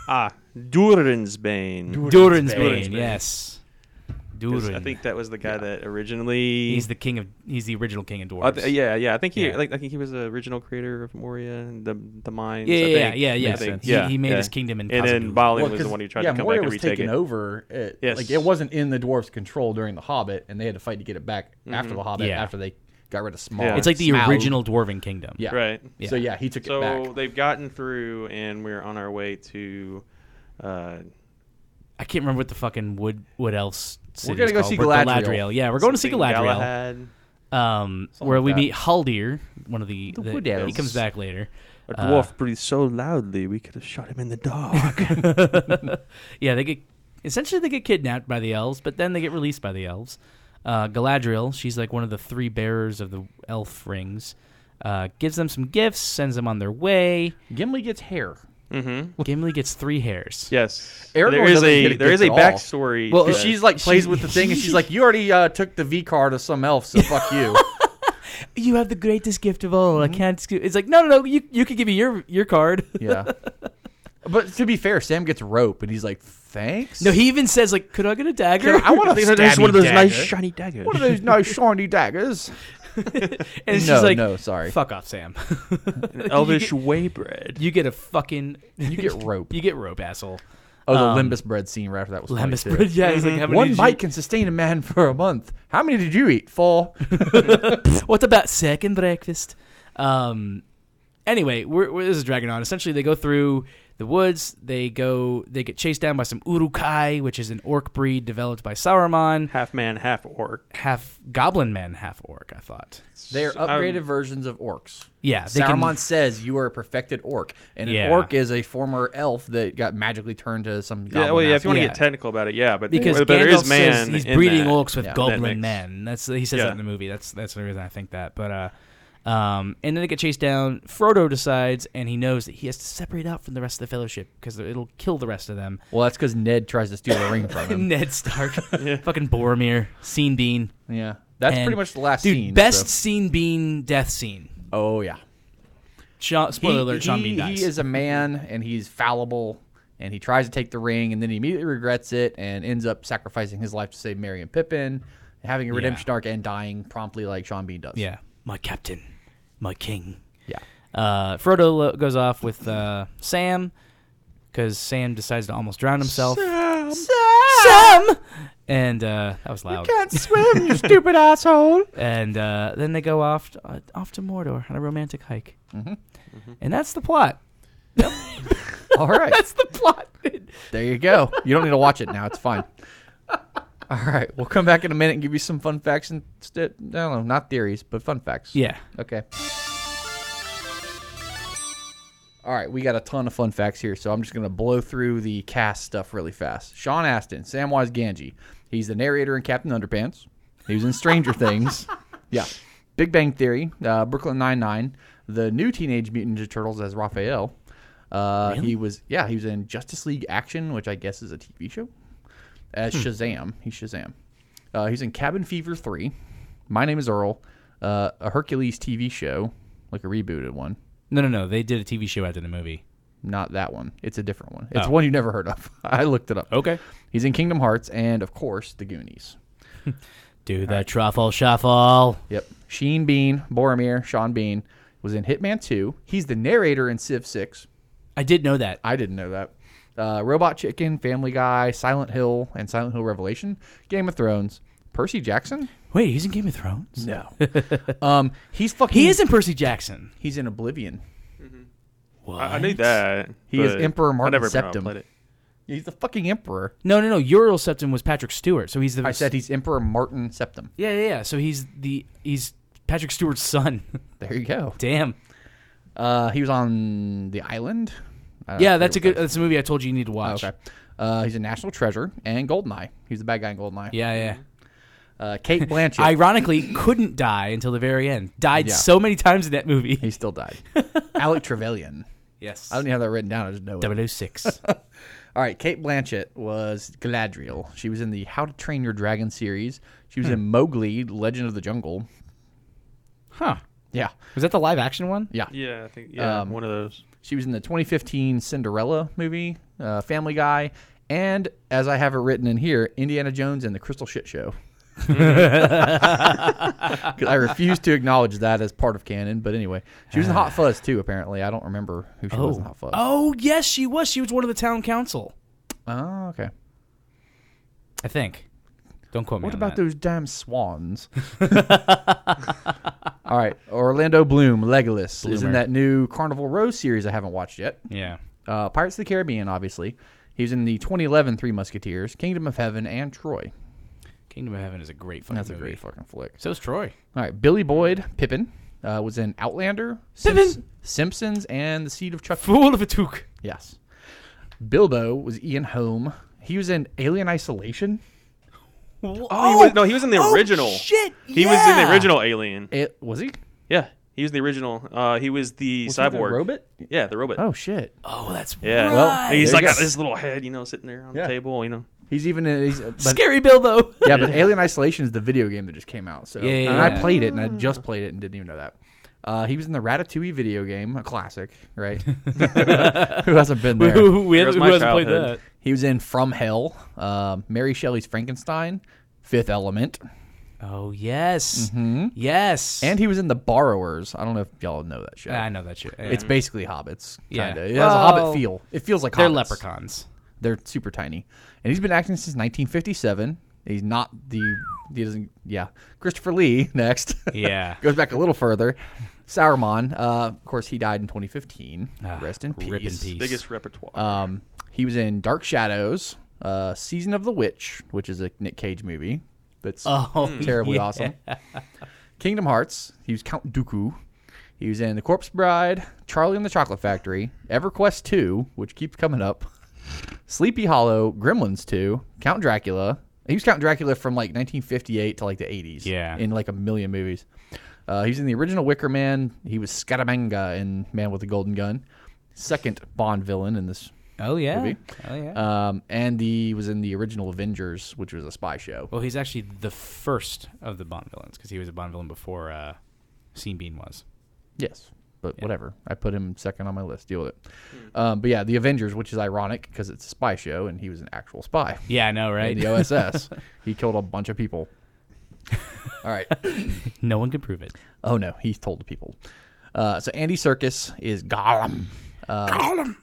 [SPEAKER 3] ah, Durin's bane.
[SPEAKER 1] Durin's
[SPEAKER 2] Durin's
[SPEAKER 1] Bane,
[SPEAKER 3] Bane.
[SPEAKER 1] yes.
[SPEAKER 3] 'Cause
[SPEAKER 1] Durin.
[SPEAKER 3] I think that was the guy that originally.
[SPEAKER 1] he's the king of. He's the original king of dwarves.
[SPEAKER 3] I th- yeah, yeah. I think he,
[SPEAKER 1] Yeah.
[SPEAKER 3] like, I think he was the original creator of Moria and the the mines.
[SPEAKER 1] Yeah,
[SPEAKER 3] I
[SPEAKER 1] yeah,
[SPEAKER 3] think.
[SPEAKER 1] yeah, yeah,
[SPEAKER 3] I
[SPEAKER 1] yeah.
[SPEAKER 3] think.
[SPEAKER 1] He- he made his kingdom in
[SPEAKER 3] and
[SPEAKER 1] Khazad-dûm.
[SPEAKER 3] then Balin was the
[SPEAKER 2] 'cause,
[SPEAKER 3] one who tried
[SPEAKER 2] yeah,
[SPEAKER 3] to come
[SPEAKER 2] Moria
[SPEAKER 3] back and
[SPEAKER 2] was
[SPEAKER 3] retake
[SPEAKER 2] taken
[SPEAKER 3] it.
[SPEAKER 2] over. It,
[SPEAKER 3] Yes.
[SPEAKER 2] like it wasn't in the dwarves' control during the Hobbit, and they had to fight to get it back after the Hobbit.
[SPEAKER 1] Yeah.
[SPEAKER 2] After they got rid of Small.
[SPEAKER 3] Mm-hmm. Yeah.
[SPEAKER 1] it's like the
[SPEAKER 2] Smaug.
[SPEAKER 1] original dwarven kingdom.
[SPEAKER 2] Yeah.
[SPEAKER 3] Right.
[SPEAKER 1] Yeah.
[SPEAKER 2] So yeah, he took it
[SPEAKER 3] So
[SPEAKER 2] back.
[SPEAKER 3] they've gotten through, and we're on our way to. Uh,
[SPEAKER 1] I can't remember what the fucking wood wood elves. city's
[SPEAKER 2] gonna go
[SPEAKER 1] called,
[SPEAKER 2] see
[SPEAKER 1] but
[SPEAKER 2] Galadriel.
[SPEAKER 1] Yeah, we're going to see
[SPEAKER 3] something
[SPEAKER 1] Galadriel.
[SPEAKER 3] Galahad,
[SPEAKER 1] Um,
[SPEAKER 2] Something
[SPEAKER 1] where
[SPEAKER 2] like
[SPEAKER 1] we
[SPEAKER 2] that.
[SPEAKER 1] meet Haldir, one of the,
[SPEAKER 2] The
[SPEAKER 1] the-
[SPEAKER 2] wood
[SPEAKER 1] He
[SPEAKER 2] elves.
[SPEAKER 1] comes back later.
[SPEAKER 3] a
[SPEAKER 1] Uh,
[SPEAKER 3] dwarf breathes so loudly we could have shot him in the
[SPEAKER 1] [LAUGHS]
[SPEAKER 3] dark.
[SPEAKER 1] yeah, they get essentially they get kidnapped by the elves, but then they get released by the elves. Uh, Galadriel, she's like one of the three bearers of the elf rings. Uh, gives them some gifts, sends them on their way.
[SPEAKER 2] Gimli gets hair.
[SPEAKER 3] mm-hmm.
[SPEAKER 1] Gimli gets three hairs.
[SPEAKER 3] Yes.
[SPEAKER 2] Aragorn
[SPEAKER 3] there is
[SPEAKER 2] doesn't get
[SPEAKER 3] a
[SPEAKER 2] a
[SPEAKER 3] there is a
[SPEAKER 2] gift at all.
[SPEAKER 3] backstory.
[SPEAKER 2] Well,
[SPEAKER 3] to that.
[SPEAKER 2] she's like plays
[SPEAKER 1] she-
[SPEAKER 3] [LAUGHS]
[SPEAKER 2] with the thing, and she's like, "You already uh, took the V card of some elf, so
[SPEAKER 1] [LAUGHS]
[SPEAKER 2] fuck you."
[SPEAKER 1] You have the greatest gift of all.
[SPEAKER 2] Mm-hmm.
[SPEAKER 1] I can't. sc- It's like no, no, no. You you could give me your your
[SPEAKER 2] [LAUGHS]
[SPEAKER 1] card.
[SPEAKER 2] yeah. But to be fair, Sam gets rope, and he's like, "Thanks."
[SPEAKER 1] No, he even says like, "Could I get a dagger?"
[SPEAKER 2] I want
[SPEAKER 3] There's
[SPEAKER 2] to
[SPEAKER 3] just one of those nice
[SPEAKER 2] shiny.
[SPEAKER 3] shiny daggers.
[SPEAKER 2] One of those nice shiny [LAUGHS] daggers.
[SPEAKER 1] [LAUGHS] and she's
[SPEAKER 2] no,
[SPEAKER 1] like,
[SPEAKER 2] no, sorry.
[SPEAKER 1] "Fuck off, Sam. [LAUGHS]
[SPEAKER 3] Elvish waybread.
[SPEAKER 1] you get a fucking
[SPEAKER 2] You get rope.
[SPEAKER 1] you get rope, asshole."
[SPEAKER 2] oh, the
[SPEAKER 1] um,
[SPEAKER 2] limbus bread scene right after that was funny,
[SPEAKER 1] Lambus
[SPEAKER 2] too. Mm-hmm.
[SPEAKER 1] bread. [LAUGHS] Yeah, he's like, "How many
[SPEAKER 2] One
[SPEAKER 1] did you-
[SPEAKER 2] bite can sustain a man for a month. How many did you eat? Four.
[SPEAKER 1] What about second breakfast? Um, anyway, we're, we're, this is dragging on. Essentially, they go through the woods. They go. They get chased down by some urukai, which is an orc breed developed by Sauron,
[SPEAKER 3] Half man, half orc.
[SPEAKER 1] half goblin man, half orc. I thought.
[SPEAKER 2] They are
[SPEAKER 3] So, um,
[SPEAKER 2] upgraded versions of orcs.
[SPEAKER 1] Yeah, they
[SPEAKER 2] Saruman
[SPEAKER 1] can-
[SPEAKER 2] says you are a perfected orc, and
[SPEAKER 1] Yeah.
[SPEAKER 2] an orc is a former elf that got magically turned to some.
[SPEAKER 3] Yeah, well, yeah. If you want to
[SPEAKER 1] Yeah.
[SPEAKER 3] get technical about it, yeah, but
[SPEAKER 1] because
[SPEAKER 3] but there
[SPEAKER 1] Gandalf
[SPEAKER 3] is man.
[SPEAKER 1] says he's
[SPEAKER 3] in
[SPEAKER 1] breeding
[SPEAKER 3] that.
[SPEAKER 1] orcs with
[SPEAKER 2] Yeah.
[SPEAKER 1] goblin
[SPEAKER 3] That makes-
[SPEAKER 1] men. That's he says
[SPEAKER 3] Yeah.
[SPEAKER 1] that in the movie. That's that's the reason I think that. But uh, um, and then they get chased down. Frodo decides, and he knows that he has to separate out from the rest of the Fellowship because it'll kill the rest of
[SPEAKER 3] [LAUGHS]
[SPEAKER 1] them.
[SPEAKER 2] Well, that's because Ned tries to steal the ring from
[SPEAKER 1] [LAUGHS]
[SPEAKER 2] him.
[SPEAKER 1] Ned Stark, fucking Boromir, Scene Bean.
[SPEAKER 2] yeah, that's
[SPEAKER 1] And-
[SPEAKER 2] pretty much the last
[SPEAKER 1] dude,
[SPEAKER 2] scene.
[SPEAKER 1] Best
[SPEAKER 2] so-
[SPEAKER 1] Scene Bean death scene.
[SPEAKER 2] Oh yeah.
[SPEAKER 1] Sean, spoiler
[SPEAKER 2] He-
[SPEAKER 1] alert: Sean
[SPEAKER 2] he,
[SPEAKER 1] Bean dies.
[SPEAKER 2] He is a man, and he's fallible, and he tries to take the ring, and then he immediately regrets it, and ends up sacrificing his life to save Merry and Pippin, having a redemption arc, and dying promptly like Sean Bean does.
[SPEAKER 1] yeah, my captain, my king.
[SPEAKER 2] yeah.
[SPEAKER 1] Uh, Frodo lo- goes off with uh, Sam because Sam decides to almost drown himself. Sam! And uh, that was loud.
[SPEAKER 2] swim, you stupid asshole.
[SPEAKER 1] [LAUGHS] And uh, then they go off t- uh, off to Mordor on a romantic hike.
[SPEAKER 3] Mm-hmm.
[SPEAKER 2] Mm-hmm.
[SPEAKER 1] And that's the plot.
[SPEAKER 2] [LAUGHS] All right,
[SPEAKER 1] [LAUGHS] That's the
[SPEAKER 2] [LAUGHS]
[SPEAKER 1] plot.
[SPEAKER 2] there you go. You don't need to watch it now; it's fine. All right, we'll come back in a minute and give you some fun facts and st- I don't know, not theories, but fun facts.
[SPEAKER 1] yeah.
[SPEAKER 2] Okay. All right, we got a ton of fun facts here, so I'm just going to blow through the cast stuff really fast. Sean Astin, Samwise Ganji. He's the narrator in Captain Underpants. He was in Stranger Things. Yeah. Big Bang Theory, uh, Brooklyn Nine-Nine, the new Teenage Mutant Ninja Turtles as Raphael. Uh, He was, yeah, he was in Justice League Action, which I guess is a TV show, as
[SPEAKER 1] Hmm.
[SPEAKER 2] Shazam. He's Shazam. Uh, he's in Cabin Fever 3. My Name is Earl, uh, a Hercules TV show, like a rebooted one.
[SPEAKER 1] No, no, no. They did a TV show after the movie.
[SPEAKER 2] Not that one. It's a different one. It's
[SPEAKER 1] Oh.
[SPEAKER 2] one you've never heard of. [LAUGHS] I looked it up.
[SPEAKER 1] Okay.
[SPEAKER 2] He's in Kingdom Hearts and, of course, The Goonies.
[SPEAKER 1] Do the truffle shuffle.
[SPEAKER 2] Yep. Sheen Bean, Boromir, Sean Bean was in Hitman 2. He's the narrator in Civ 6.
[SPEAKER 1] I did know that.
[SPEAKER 2] I didn't know that. Uh, Robot Chicken, Family Guy, Silent Hill, and Silent Hill Revelation, Game of Thrones, Percy Jackson.
[SPEAKER 1] Wait, he's in Game of Thrones?
[SPEAKER 2] No, um, he's fucking.
[SPEAKER 1] He is in Percy Jackson.
[SPEAKER 2] He's in Oblivion.
[SPEAKER 1] What?
[SPEAKER 3] I, I knew that.
[SPEAKER 2] He is
[SPEAKER 3] but
[SPEAKER 2] Emperor
[SPEAKER 3] I
[SPEAKER 2] Martin
[SPEAKER 3] never
[SPEAKER 2] Septim.
[SPEAKER 3] played it.
[SPEAKER 2] He's the fucking emperor.
[SPEAKER 1] No, no, no. Uriel Septim was Patrick Stewart, so he's the.
[SPEAKER 2] I said he's Emperor Martin Septim.
[SPEAKER 1] Yeah, yeah, yeah. So he's the he's Patrick Stewart's son. [LAUGHS]
[SPEAKER 2] There you go.
[SPEAKER 1] Damn.
[SPEAKER 2] Uh, he was on the island. I don't
[SPEAKER 1] Yeah,
[SPEAKER 2] know
[SPEAKER 1] that's a
[SPEAKER 2] what
[SPEAKER 1] good. That's a movie I told you you need to watch.
[SPEAKER 2] that's- Okay. Uh, he's a national treasure and Goldeneye. He's the bad guy in Goldeneye.
[SPEAKER 1] Yeah, yeah.
[SPEAKER 2] Uh, [LAUGHS] Kate Blanchett.
[SPEAKER 1] Ironically, couldn't die until the very end. Died
[SPEAKER 2] Yeah.
[SPEAKER 1] so many times in that movie.
[SPEAKER 2] [LAUGHS] he still died. Alec Trevelyan.
[SPEAKER 1] yes.
[SPEAKER 2] I don't even have that written down. I just know it. [LAUGHS]
[SPEAKER 1] 006.
[SPEAKER 2] All right, Kate Blanchett was Galadriel. She was in the How to Train Your Dragon series. She was in Mowgli, Legend of the Jungle.
[SPEAKER 1] huh.
[SPEAKER 2] Yeah,
[SPEAKER 1] Was that the live action one?
[SPEAKER 2] yeah.
[SPEAKER 3] Yeah, I think yeah,
[SPEAKER 2] Um,
[SPEAKER 3] one of those.
[SPEAKER 2] She was in the 2015 Cinderella movie, uh, Family Guy, and as I have it written in here, Indiana Jones and the Crystal Shit Show.
[SPEAKER 1] [LAUGHS]
[SPEAKER 2] 'Cause I refuse to acknowledge that as part of canon, but anyway, she was in Hot Fuzz too. Apparently, I don't remember who she was in
[SPEAKER 1] Oh.
[SPEAKER 2] Hot Fuzz.
[SPEAKER 1] oh, yes, she was. She was one of the town council,
[SPEAKER 2] Oh, okay.
[SPEAKER 1] I think. Don't quote me.
[SPEAKER 2] What
[SPEAKER 1] on
[SPEAKER 2] about
[SPEAKER 1] that.
[SPEAKER 2] those
[SPEAKER 1] [LAUGHS]
[SPEAKER 2] damn swans? All right, Orlando Bloom, Legolas, is in
[SPEAKER 1] Bloomer.
[SPEAKER 2] that new Carnival Row series I haven't watched yet.
[SPEAKER 1] Yeah.
[SPEAKER 2] Uh, Pirates of the Caribbean, obviously. He was in the 2011 Three Musketeers, Kingdom of Heaven, and Troy.
[SPEAKER 1] Kingdom of Heaven is a great fucking
[SPEAKER 2] That's a
[SPEAKER 1] movie.
[SPEAKER 2] great fucking flick.
[SPEAKER 1] So is Troy.
[SPEAKER 2] All right, Billy Boyd, Pippin, uh, was in Outlander, Simps- Simpsons, and The Seed of Chucky.
[SPEAKER 1] Fool of a toque.
[SPEAKER 2] Yes. Bilbo was Ian Holm. He was in Alien Isolation.
[SPEAKER 1] Oh,
[SPEAKER 3] Oh, he was, no, he was in the
[SPEAKER 1] oh,
[SPEAKER 3] original.
[SPEAKER 1] Shit.
[SPEAKER 3] He was in
[SPEAKER 1] yeah.
[SPEAKER 3] the original Alien.
[SPEAKER 2] It, was he?
[SPEAKER 3] Yeah, he was in the original. Uh, he was the
[SPEAKER 2] Was he the
[SPEAKER 3] cyborg.
[SPEAKER 2] robot?
[SPEAKER 3] Yeah, the robot.
[SPEAKER 2] Oh shit.
[SPEAKER 1] Oh, that's
[SPEAKER 3] Yeah,
[SPEAKER 1] right.
[SPEAKER 2] Well,
[SPEAKER 3] he's
[SPEAKER 2] there
[SPEAKER 3] like
[SPEAKER 2] you
[SPEAKER 3] got
[SPEAKER 2] go.
[SPEAKER 3] his little head, you know, sitting there on
[SPEAKER 2] Yeah.
[SPEAKER 3] the table. You know,
[SPEAKER 2] He's even in. He's, but,
[SPEAKER 1] Scary Bilbo. [LAUGHS]
[SPEAKER 3] [LAUGHS]
[SPEAKER 2] yeah, but Alien Isolation is the video game that just came out. So
[SPEAKER 1] Yeah, yeah,
[SPEAKER 2] and I
[SPEAKER 1] yeah.
[SPEAKER 2] played it, and I just played it, and didn't even know that. Uh, he was in the Ratatouille video game, a classic,
[SPEAKER 1] [LAUGHS]
[SPEAKER 2] right? [LAUGHS] Who hasn't been there?
[SPEAKER 1] Who, who
[SPEAKER 3] There's
[SPEAKER 1] who
[SPEAKER 3] my
[SPEAKER 1] hasn't played
[SPEAKER 3] childhood.
[SPEAKER 1] that?
[SPEAKER 2] He was in From Hell, um, Mary Shelley's Frankenstein, Fifth Element,
[SPEAKER 1] Oh yes, yes.
[SPEAKER 2] and he was in The Borrowers. I don't know if y'all know that show.
[SPEAKER 1] I know that shit. Ah, Yeah.
[SPEAKER 2] It's basically hobbits.
[SPEAKER 1] Yeah.
[SPEAKER 2] Kinda. It has a
[SPEAKER 1] Well,
[SPEAKER 2] hobbit feel. It feels like
[SPEAKER 1] they're
[SPEAKER 2] hobbits.
[SPEAKER 1] leprechauns.
[SPEAKER 2] They're super tiny. And he's been acting since 1957. He's not the. He doesn't. Yeah. Christopher Lee [LAUGHS] next.
[SPEAKER 1] Yeah.
[SPEAKER 3] [LAUGHS]
[SPEAKER 2] Goes back a little further. Sauron, uh, of course, he died in 2015.
[SPEAKER 1] Ah,
[SPEAKER 2] Rest in peace.
[SPEAKER 1] rip in peace.
[SPEAKER 3] Biggest repertoire.
[SPEAKER 2] Um, he was in Dark Shadows, uh, Season of the Witch, which is a Nick Cage movie that's
[SPEAKER 1] Oh,
[SPEAKER 2] [LAUGHS] terribly
[SPEAKER 1] yeah.
[SPEAKER 2] awesome. Kingdom Hearts. He was Count Dooku. He was in The Corpse Bride, Charlie and the Chocolate Factory, EverQuest 2, which keeps coming up, Sleepy Hollow, Gremlins 2, Count Dracula. He was Count Dracula from like 1958 to like the 80s.
[SPEAKER 1] Yeah.
[SPEAKER 2] In like a million movies. Uh, he's in the original Wicker Man. He was Scaramanga in Man with the Golden Gun. Second Bond villain in this
[SPEAKER 1] Oh yeah.
[SPEAKER 2] movie.
[SPEAKER 1] Oh yeah.
[SPEAKER 3] Uh,
[SPEAKER 2] Um, and he was in the original Avengers, which was a spy show.
[SPEAKER 1] well, he's actually the first of the Bond villains because he was a Bond villain before uh, Sean Bean was.
[SPEAKER 2] Yes, but whatever. I put him second on my list. Deal with it. Um, but yeah, the Avengers, which is ironic because it's a spy show, and he was an actual spy
[SPEAKER 1] Yeah, I know, right?
[SPEAKER 2] in the [LAUGHS] OSS. he killed a bunch of [LAUGHS] people. All right.
[SPEAKER 1] [LAUGHS] no one could prove it.
[SPEAKER 2] Oh no, he told the people. Uh, so Andy Circus is Gollum. Uh,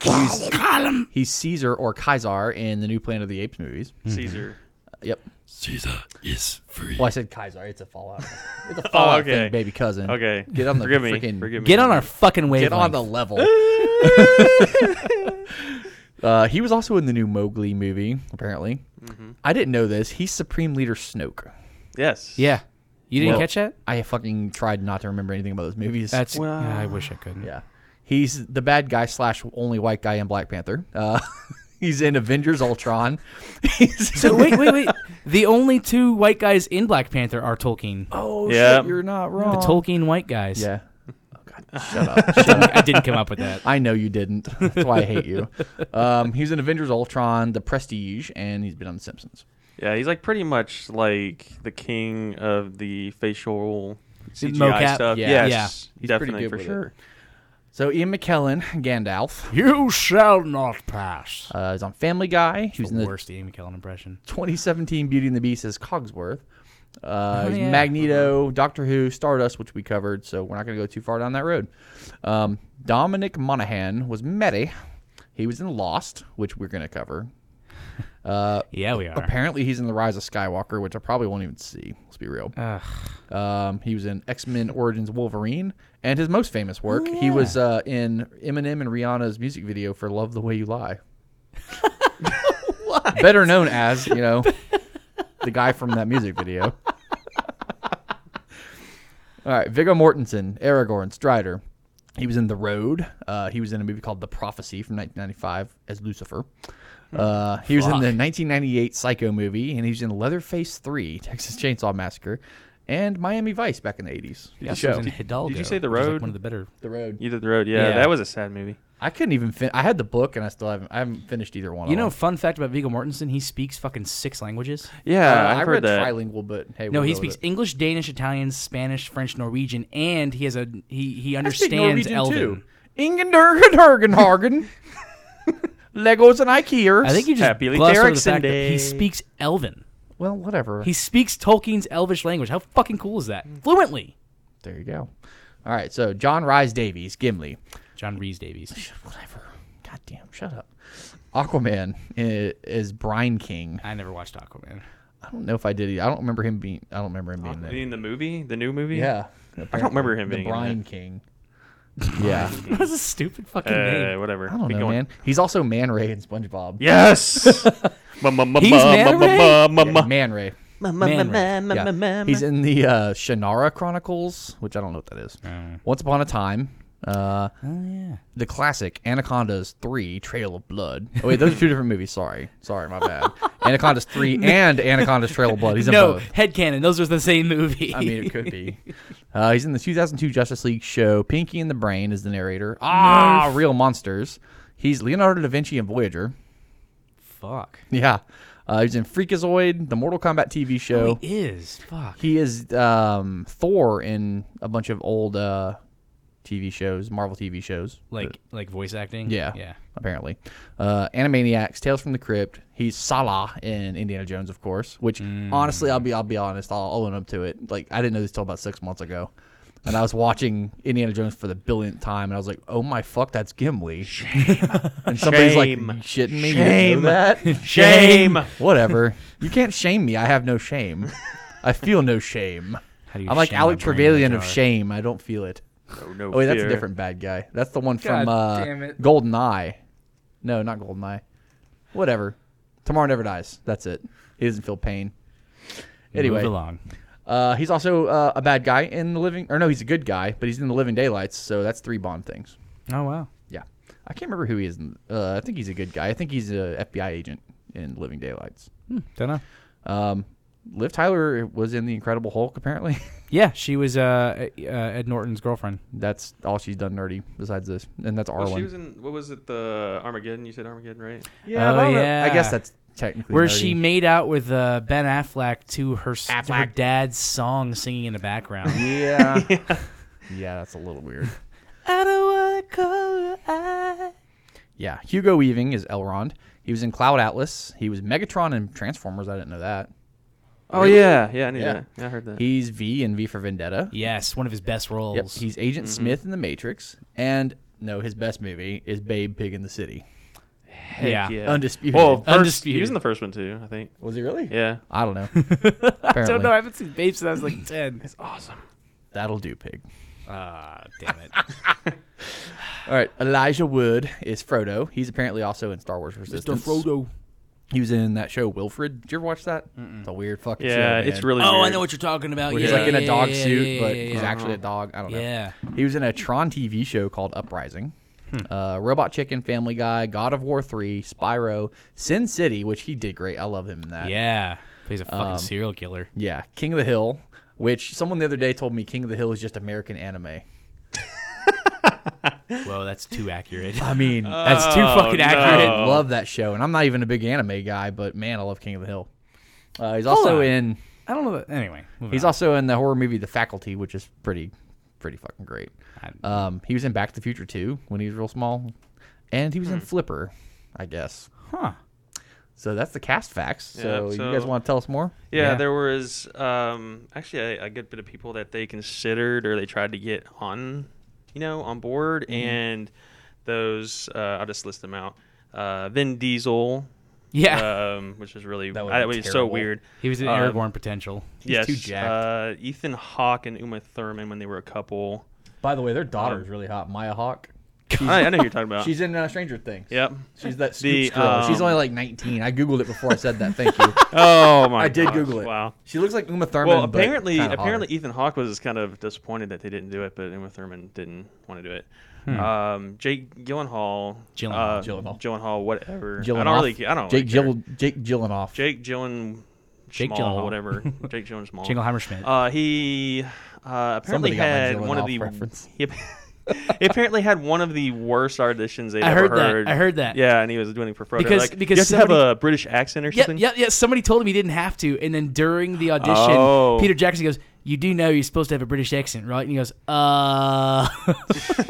[SPEAKER 2] Gollum. He's, he's Caesar or Kaiser in the new Planet of the Apes movies.
[SPEAKER 3] Caesar.
[SPEAKER 2] Yep.
[SPEAKER 1] Caesar is free.
[SPEAKER 2] Well, I said Kaiser. It's a Fallout. It's a Fallout
[SPEAKER 3] okay.
[SPEAKER 2] thing, baby cousin.
[SPEAKER 3] Okay.
[SPEAKER 2] mm-hmm. Get on the
[SPEAKER 3] Forgive me.
[SPEAKER 2] freaking
[SPEAKER 3] Forgive me.
[SPEAKER 1] Get on our fucking wavelength.
[SPEAKER 2] get on the level. uh, he was also in the new Mowgli movie, apparently. I didn't know this. He's Supreme Leader Snoke.
[SPEAKER 3] Yes.
[SPEAKER 1] yeah. You didn't
[SPEAKER 2] Well,
[SPEAKER 1] catch that?
[SPEAKER 2] I fucking tried not to remember anything about those movies.
[SPEAKER 1] That's.
[SPEAKER 3] Well-
[SPEAKER 1] yeah, I wish I could.
[SPEAKER 2] yeah. He's the bad guy slash only white guy in Black Panther. Uh, [LAUGHS] he's in Avengers Ultron. [LAUGHS] He's [LAUGHS]
[SPEAKER 1] So wait, wait, wait. The only two white guys in Black Panther are Tolkien.
[SPEAKER 2] oh
[SPEAKER 3] Yeah.
[SPEAKER 2] shit, you're not
[SPEAKER 1] The
[SPEAKER 2] wrong.
[SPEAKER 1] Tolkien white guys. [LAUGHS]
[SPEAKER 2] yeah. Oh, God, shut up. Shut up.
[SPEAKER 1] I didn't come up with that.
[SPEAKER 2] I know you didn't. That's why I hate
[SPEAKER 3] [LAUGHS]
[SPEAKER 2] you. Um, he was in Avengers Ultron, The Prestige, and he's been on The Simpsons.
[SPEAKER 3] Yeah, he's like pretty much like the king of the facial CGI
[SPEAKER 1] mocap?
[SPEAKER 3] stuff.
[SPEAKER 2] Yeah.
[SPEAKER 3] Yes,
[SPEAKER 2] Yeah. He's pretty
[SPEAKER 3] definitely
[SPEAKER 2] good
[SPEAKER 3] for
[SPEAKER 2] with it.
[SPEAKER 3] sure.
[SPEAKER 2] So Ian McKellen, Gandalf,
[SPEAKER 1] [LAUGHS] You shall not pass.
[SPEAKER 2] uh, is on Family Guy. He was in
[SPEAKER 1] the
[SPEAKER 2] the
[SPEAKER 1] worst Ian McKellen impression.
[SPEAKER 2] 2017 Beauty and the Beast as Cogsworth. Uh,
[SPEAKER 1] Oh,
[SPEAKER 2] he's
[SPEAKER 1] yeah. Uh-huh.
[SPEAKER 2] Magneto, Doctor Who, Stardust, which we covered, so we're not going to go too far down that road. Um, Dominic Monaghan was Mehdi. He was in Lost, which we're going to cover. Uh,
[SPEAKER 1] Yeah, we are.
[SPEAKER 2] apparently, he's in The Rise of Skywalker, which I probably won't even see. Let's be real.
[SPEAKER 1] Ugh.
[SPEAKER 2] Um, he was in X Men Origins Wolverine, and his most famous work, he was uh, in Eminem and Rihanna's music video for "Love the Way You Lie," [LAUGHS] better known as you know the guy from that music video. All right, Viggo Mortensen, Aragorn, Strider. He was in The Road. Uh, he was in a movie called The Prophecy from 1995 as Lucifer. Uh, he was in the 1998 Psycho movie, and he was in Leatherface 3, [LAUGHS] Texas Chainsaw Massacre, and Miami Vice back in the 80s.
[SPEAKER 1] Yeah,
[SPEAKER 2] The
[SPEAKER 1] so it was
[SPEAKER 2] show.
[SPEAKER 1] in Hidalgo,
[SPEAKER 3] Did you say The
[SPEAKER 1] which is, like,
[SPEAKER 3] Road?
[SPEAKER 1] one of the better.
[SPEAKER 2] The Road.
[SPEAKER 3] You did the road. Yeah,
[SPEAKER 1] Yeah.
[SPEAKER 3] that was a sad movie.
[SPEAKER 2] I couldn't even fin- I had the book, and I still haven't. I haven't finished either one.
[SPEAKER 1] You
[SPEAKER 2] of
[SPEAKER 1] know,
[SPEAKER 2] them.
[SPEAKER 1] fun fact about Viggo Mortensen: he speaks fucking six languages.
[SPEAKER 3] Yeah,
[SPEAKER 2] Uh,
[SPEAKER 3] I've
[SPEAKER 2] I
[SPEAKER 3] heard
[SPEAKER 2] read
[SPEAKER 3] that.
[SPEAKER 2] trilingual, but hey,
[SPEAKER 1] No,
[SPEAKER 2] we'll
[SPEAKER 1] he
[SPEAKER 2] go with
[SPEAKER 1] speaks
[SPEAKER 2] it.
[SPEAKER 1] English, Danish, Italian, Spanish, French, Norwegian, and he has a he he
[SPEAKER 2] I speak
[SPEAKER 1] understands
[SPEAKER 2] Norwegian
[SPEAKER 1] Elven.
[SPEAKER 2] too. Ingendergenhagen, [LAUGHS] Legos and Ikeas.
[SPEAKER 1] I think you just
[SPEAKER 3] Happily
[SPEAKER 1] glossed over the
[SPEAKER 3] Ericsson
[SPEAKER 1] fact that he
[SPEAKER 3] Day.
[SPEAKER 1] speaks Elven.
[SPEAKER 2] Well, whatever.
[SPEAKER 1] He speaks Tolkien's Elvish language. How fucking cool is that?
[SPEAKER 2] Mm.
[SPEAKER 1] Fluently.
[SPEAKER 2] There you go. All right, so John Rhys Davies, Gimli.
[SPEAKER 1] John Reese Davies. [LAUGHS]
[SPEAKER 2] Whatever. Goddamn, shut up. Aquaman i- is Brian King.
[SPEAKER 1] I never watched Aquaman.
[SPEAKER 2] I don't know if I did. either. I don't remember him being. I don't remember him being
[SPEAKER 3] You
[SPEAKER 2] there.
[SPEAKER 3] mean the movie, the new movie?
[SPEAKER 2] Yeah,
[SPEAKER 3] I don't remember him
[SPEAKER 2] the
[SPEAKER 3] being in
[SPEAKER 2] Brian
[SPEAKER 3] it.
[SPEAKER 2] King.
[SPEAKER 3] [LAUGHS]
[SPEAKER 2] yeah,
[SPEAKER 1] [LAUGHS] That's a stupid fucking
[SPEAKER 3] Uh,
[SPEAKER 1] name.
[SPEAKER 3] whatever.
[SPEAKER 2] I don't
[SPEAKER 3] Keep
[SPEAKER 2] know,
[SPEAKER 3] going.
[SPEAKER 2] man. He's also Man Ray in SpongeBob. [LAUGHS]
[SPEAKER 3] Yes.
[SPEAKER 1] He's Man Ray?
[SPEAKER 2] Yeah,
[SPEAKER 3] He's
[SPEAKER 2] Man Ray.
[SPEAKER 1] Man
[SPEAKER 2] Yeah. He's in the uh, Shannara Chronicles, which I don't know what that is. Once upon a time. Uh,
[SPEAKER 1] Oh yeah.
[SPEAKER 2] the classic Anaconda's Three: Trail of Blood. Oh wait, those are two different movies. Sorry, sorry,
[SPEAKER 1] [LAUGHS]
[SPEAKER 2] my bad. Anaconda's Three and Anaconda's Trail of Blood. He's in
[SPEAKER 1] No,
[SPEAKER 2] both.
[SPEAKER 1] headcanon. Those are the same movie.
[SPEAKER 2] I mean, it could be. Uh, he's in the 2002 Justice League show. Pinky and the Brain is the narrator. Ah, real monsters. He's Leonardo da Vinci in Voyager.
[SPEAKER 1] [LAUGHS]
[SPEAKER 2] [LAUGHS]
[SPEAKER 1] fuck.
[SPEAKER 2] Yeah, uh, he's in Freakazoid, the Mortal Kombat TV show.
[SPEAKER 1] He is. Fuck.
[SPEAKER 2] He is um, Thor in a bunch of old uh, TV shows, Marvel TV shows.
[SPEAKER 1] Like like voice acting.
[SPEAKER 2] Uh, Yeah.
[SPEAKER 1] Yeah.
[SPEAKER 2] Apparently. Uh, Animaniacs, Tales from the Crypt. He's Salah in Indiana Jones, of course. Which honestly, I'll be I'll be honest, I'll I'll own up to it. Like I didn't know this till about six months ago. And I was watching Indiana Jones for the billionth time, and I was like, "Oh my fuck, that's Gimli!" [LAUGHS] And somebody's
[SPEAKER 3] Shame.
[SPEAKER 2] like, "You "Shitting me? You
[SPEAKER 3] Shame.
[SPEAKER 2] know
[SPEAKER 1] [LAUGHS]
[SPEAKER 2] that?
[SPEAKER 3] Shame.
[SPEAKER 2] [LAUGHS] Whatever. You can't shame me. I have no shame. I feel no shame.
[SPEAKER 1] How do you
[SPEAKER 2] I'm like
[SPEAKER 1] shame my
[SPEAKER 2] Alec
[SPEAKER 1] brain in a
[SPEAKER 2] Trevelyan of
[SPEAKER 1] jar?
[SPEAKER 2] shame. I don't feel it.
[SPEAKER 3] Oh, no
[SPEAKER 2] Oh wait, that's a
[SPEAKER 3] fear.
[SPEAKER 2] different bad guy. That's the one
[SPEAKER 1] God
[SPEAKER 2] from uh,
[SPEAKER 1] damn it.
[SPEAKER 2] Golden Eye. No, not Golden Eye. Whatever. Tomorrow never dies. That's it. He doesn't feel pain. Anyway,
[SPEAKER 1] Move along.
[SPEAKER 2] uh, he's also uh, a bad guy in the living, or no, he's a good guy, but he's in the Living Daylights. So that's three Bond things.
[SPEAKER 1] Oh wow.
[SPEAKER 2] Yeah, I can't remember who he is. In, uh, I think he's a good guy. I think he's a FBI agent in Living Daylights.
[SPEAKER 1] Hmm, don't know.
[SPEAKER 2] Um, Liv Tyler was in The Incredible Hulk. Apparently, [LAUGHS]
[SPEAKER 1] Yeah, she was uh, uh, Ed Norton's girlfriend.
[SPEAKER 2] that's all she's done nerdy besides this, and that's
[SPEAKER 3] Well,
[SPEAKER 2] Arlen.
[SPEAKER 3] she was in what was it? The Armageddon. You said Armageddon, right?
[SPEAKER 1] Yeah, Oh,
[SPEAKER 2] I don't know. I guess
[SPEAKER 1] yeah.
[SPEAKER 2] that's technically
[SPEAKER 1] Where
[SPEAKER 2] nerdy.
[SPEAKER 1] she made out with uh, Ben Affleck to her, s- to her
[SPEAKER 2] Affleck.
[SPEAKER 1] dad's song singing in the background. [LAUGHS]
[SPEAKER 2] [LAUGHS] Yeah. [LAUGHS] yeah. that's a little weird.
[SPEAKER 1] I don't want to call her I.
[SPEAKER 2] Yeah. Hugo Weaving is Elrond. He was in Cloud Atlas. He was Megatron in Transformers. I didn't know that.
[SPEAKER 3] Oh yeah, yeah, I knew
[SPEAKER 2] Yeah.
[SPEAKER 3] that. Yeah, I heard that.
[SPEAKER 2] He's V in V for Vendetta.
[SPEAKER 1] Yes, one of his best roles.
[SPEAKER 2] Yep. He's Agent
[SPEAKER 1] Mm-hmm.
[SPEAKER 2] Smith in The Matrix. And no, his best movie is Babe Pig in the City.
[SPEAKER 3] Heck
[SPEAKER 1] yeah.
[SPEAKER 2] Undisputed.
[SPEAKER 3] Well, first,
[SPEAKER 1] Undisputed.
[SPEAKER 3] He was in the first one too, I think.
[SPEAKER 2] Was he really?
[SPEAKER 3] Yeah.
[SPEAKER 1] [LAUGHS]
[SPEAKER 2] I don't know.
[SPEAKER 1] I
[SPEAKER 2] Apparently.
[SPEAKER 1] don't know. I haven't seen Babe since I was [CLEARS THROAT] like 10.
[SPEAKER 3] It's awesome.
[SPEAKER 2] That'll do, Pig.
[SPEAKER 1] Ah, damn [LAUGHS] it.
[SPEAKER 2] All right. Elijah Wood is Frodo. He's apparently also in Star Wars Resistance. He was in that show Wilfred. Did you ever watch that? It's a weird fucking show.
[SPEAKER 3] Yeah, it's
[SPEAKER 2] man.
[SPEAKER 3] really.
[SPEAKER 1] Oh, I
[SPEAKER 3] weird.
[SPEAKER 1] know what you're talking about.
[SPEAKER 2] Where
[SPEAKER 1] yeah,
[SPEAKER 2] he's like in a
[SPEAKER 1] yeah,
[SPEAKER 2] dog
[SPEAKER 1] yeah,
[SPEAKER 2] suit,
[SPEAKER 1] yeah,
[SPEAKER 2] but
[SPEAKER 1] yeah,
[SPEAKER 2] he's
[SPEAKER 1] yeah.
[SPEAKER 2] actually a dog. I don't know.
[SPEAKER 1] Yeah.
[SPEAKER 2] He was in a Tron TV show called Uprising,
[SPEAKER 3] Hmm.
[SPEAKER 2] uh, Robot Chicken, Family Guy, God of War 3, Spyro, Sin City, which he did great. I love him in that.
[SPEAKER 1] Uh, Yeah. He's a fucking serial killer.
[SPEAKER 2] Yeah. King of the Hill, which someone the other day told me King of the Hill is just American anime.
[SPEAKER 1] Whoa, that's too [LAUGHS] accurate.
[SPEAKER 2] I
[SPEAKER 3] [LAUGHS]
[SPEAKER 2] mean,
[SPEAKER 1] that's too fucking
[SPEAKER 3] no.
[SPEAKER 1] accurate.
[SPEAKER 2] I love that show, and I'm not even a big anime guy, but man, I love King of the Hill. Uh, he's also
[SPEAKER 1] on.
[SPEAKER 2] in
[SPEAKER 1] I don't know. That, anyway, moving
[SPEAKER 2] he's
[SPEAKER 1] on.
[SPEAKER 2] also in the horror movie The Faculty, which is pretty pretty fucking great.
[SPEAKER 1] I-
[SPEAKER 2] Um, he was in Back to the Future 2 when he was real small, and he was in
[SPEAKER 3] Hmm.
[SPEAKER 2] Flipper, I guess.
[SPEAKER 1] huh.
[SPEAKER 2] So that's the cast facts.
[SPEAKER 3] Yep,
[SPEAKER 2] So,
[SPEAKER 3] so-
[SPEAKER 2] you guys want to tell us more?
[SPEAKER 3] Yeah,
[SPEAKER 1] Yeah.
[SPEAKER 3] there was um, actually a, a good bit of people that they considered or they tried to get on, you know, on board.
[SPEAKER 2] Mm-hmm.
[SPEAKER 3] And those, uh, I'll just list them out. Uh, Vin Diesel,
[SPEAKER 1] Yeah.
[SPEAKER 3] um, which is really
[SPEAKER 2] That
[SPEAKER 3] that
[SPEAKER 2] would
[SPEAKER 3] was,
[SPEAKER 2] be
[SPEAKER 3] so
[SPEAKER 2] terrible.
[SPEAKER 3] weird.
[SPEAKER 1] he was an
[SPEAKER 3] um,
[SPEAKER 1] Aragorn potential.
[SPEAKER 3] yes,
[SPEAKER 2] too jacked.
[SPEAKER 3] Uh, Ethan Hawke and Uma Thurman when they were
[SPEAKER 2] [LAUGHS]
[SPEAKER 3] a couple.
[SPEAKER 2] By the way, their daughter is really hot, Maya
[SPEAKER 3] [LAUGHS]
[SPEAKER 2] Hawk.
[SPEAKER 3] Um, I, I know who you're talking
[SPEAKER 2] [LAUGHS]
[SPEAKER 3] about.
[SPEAKER 2] She's in uh, Stranger Things.
[SPEAKER 3] yep.
[SPEAKER 2] She's that
[SPEAKER 3] The,
[SPEAKER 2] Scoops girl. She's
[SPEAKER 3] um,
[SPEAKER 2] only like 19. I googled it before I said that. Thank
[SPEAKER 3] [LAUGHS]
[SPEAKER 2] you.
[SPEAKER 3] Oh my!
[SPEAKER 2] I did
[SPEAKER 3] gosh,
[SPEAKER 2] Google it.
[SPEAKER 3] Wow.
[SPEAKER 2] She looks like Uma Thurman.
[SPEAKER 3] Well,
[SPEAKER 2] but
[SPEAKER 3] apparently,
[SPEAKER 2] kinda
[SPEAKER 3] apparently
[SPEAKER 2] hotter.
[SPEAKER 3] Ethan Hawke was kind of disappointed that they didn't do it, but Uma Thurman didn't want to do it. Um, Jake Gyllenhaal,
[SPEAKER 1] Hmm. Gyllenhaal,
[SPEAKER 3] uh,
[SPEAKER 2] Gyllenhaal.
[SPEAKER 3] Gyllenhaal, whatever. I
[SPEAKER 2] Gyllenhaal.
[SPEAKER 3] don't really, ca- I don't.
[SPEAKER 2] Jake
[SPEAKER 3] really care.
[SPEAKER 2] Gill, Jake Gyllenhaal.
[SPEAKER 3] Jake Gyllen,
[SPEAKER 1] Jake
[SPEAKER 3] Small,
[SPEAKER 1] Gyllenhaal. [LAUGHS]
[SPEAKER 3] whatever. Jake Gyllen Small.
[SPEAKER 1] Jingleheimer Schmidt.
[SPEAKER 3] Uh, he uh, apparently
[SPEAKER 2] Somebody got my
[SPEAKER 3] had one
[SPEAKER 2] Gyllenhaal
[SPEAKER 3] of the.
[SPEAKER 2] reference.
[SPEAKER 3] He, [LAUGHS] he apparently had one of the worst auditions they'd
[SPEAKER 1] I
[SPEAKER 3] ever
[SPEAKER 1] heard that.
[SPEAKER 3] heard.
[SPEAKER 1] I heard that.
[SPEAKER 3] Yeah, and he was doing it for Frodo.
[SPEAKER 1] Because-
[SPEAKER 3] like,
[SPEAKER 1] because
[SPEAKER 3] you have to
[SPEAKER 1] somebody-
[SPEAKER 3] have a British accent or
[SPEAKER 1] Yep,
[SPEAKER 3] something.
[SPEAKER 1] yep, yep. Somebody told him he didn't have to, and then during the audition,
[SPEAKER 3] Oh.
[SPEAKER 1] Peter Jackson goes, "You do know you're supposed to have a British accent, right?" And he goes, "Uh." [LAUGHS]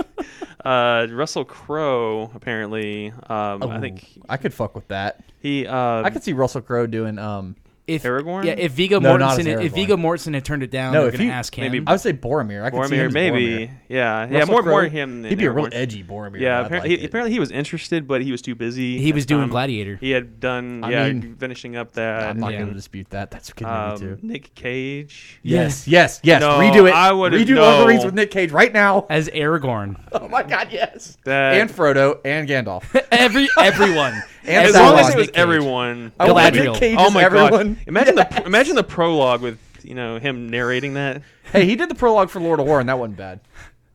[SPEAKER 3] Uh, Russell Crowe apparently. Um, I
[SPEAKER 1] Oh,
[SPEAKER 3] think
[SPEAKER 2] I could fuck with that.
[SPEAKER 3] he. Um,
[SPEAKER 2] I could see Russell Crowe doing. Um,
[SPEAKER 1] if
[SPEAKER 3] Aragorn?
[SPEAKER 1] yeah, if Vigo
[SPEAKER 2] No, not as
[SPEAKER 1] Mortensen, if
[SPEAKER 2] Aragorn.
[SPEAKER 1] Vigo Mortensen had turned it down,
[SPEAKER 2] No,
[SPEAKER 1] they're
[SPEAKER 2] if
[SPEAKER 1] gonna
[SPEAKER 2] you-
[SPEAKER 1] ask him.
[SPEAKER 3] maybe
[SPEAKER 2] I would say Boromir. I could see him
[SPEAKER 3] Boromir,
[SPEAKER 2] as
[SPEAKER 3] maybe.
[SPEAKER 2] Boromir.
[SPEAKER 3] Yeah, yeah,
[SPEAKER 2] Russell
[SPEAKER 3] more, more
[SPEAKER 2] Crowe,
[SPEAKER 3] him. Than
[SPEAKER 2] He'd be a
[SPEAKER 3] Aragorn.
[SPEAKER 2] real edgy Boromir.
[SPEAKER 3] Yeah,
[SPEAKER 2] I'd
[SPEAKER 3] apparently,
[SPEAKER 2] like
[SPEAKER 3] he,
[SPEAKER 2] it.
[SPEAKER 3] apparently he was interested, but he was too busy.
[SPEAKER 1] he
[SPEAKER 3] at
[SPEAKER 1] was
[SPEAKER 3] the
[SPEAKER 1] doing
[SPEAKER 3] time.
[SPEAKER 1] Gladiator.
[SPEAKER 3] He had done,
[SPEAKER 2] I
[SPEAKER 3] yeah,
[SPEAKER 2] mean,
[SPEAKER 3] finishing up that.
[SPEAKER 2] I'm not
[SPEAKER 1] Yeah.
[SPEAKER 2] going to dispute that. That's a good
[SPEAKER 3] um,
[SPEAKER 2] movie too.
[SPEAKER 3] Nick Cage.
[SPEAKER 2] Yes, yes, yes.
[SPEAKER 3] No,
[SPEAKER 2] Redo it.
[SPEAKER 3] I would've-
[SPEAKER 2] Redo Lord of the
[SPEAKER 3] no.
[SPEAKER 2] Rings with Nick Cage right now. [LAUGHS]
[SPEAKER 1] as Aragorn.
[SPEAKER 3] [LAUGHS]
[SPEAKER 2] Oh my God, yes.
[SPEAKER 3] That-
[SPEAKER 2] and Frodo and Gandalf.
[SPEAKER 3] [LAUGHS]
[SPEAKER 1] Every
[SPEAKER 2] [LAUGHS]
[SPEAKER 1] everyone.
[SPEAKER 2] And
[SPEAKER 3] As
[SPEAKER 2] Sauron.
[SPEAKER 3] long as it
[SPEAKER 2] Nick
[SPEAKER 3] was
[SPEAKER 2] Cage.
[SPEAKER 3] everyone.
[SPEAKER 2] I want Nick
[SPEAKER 1] Galadriel.
[SPEAKER 2] Cage
[SPEAKER 3] oh
[SPEAKER 2] as
[SPEAKER 3] my
[SPEAKER 2] everyone.
[SPEAKER 3] god! [LAUGHS] Imagine
[SPEAKER 2] [LAUGHS]
[SPEAKER 3] the imagine the prologue with you know him narrating that.
[SPEAKER 2] Hey, he did the prologue for Lord of War, and that wasn't bad.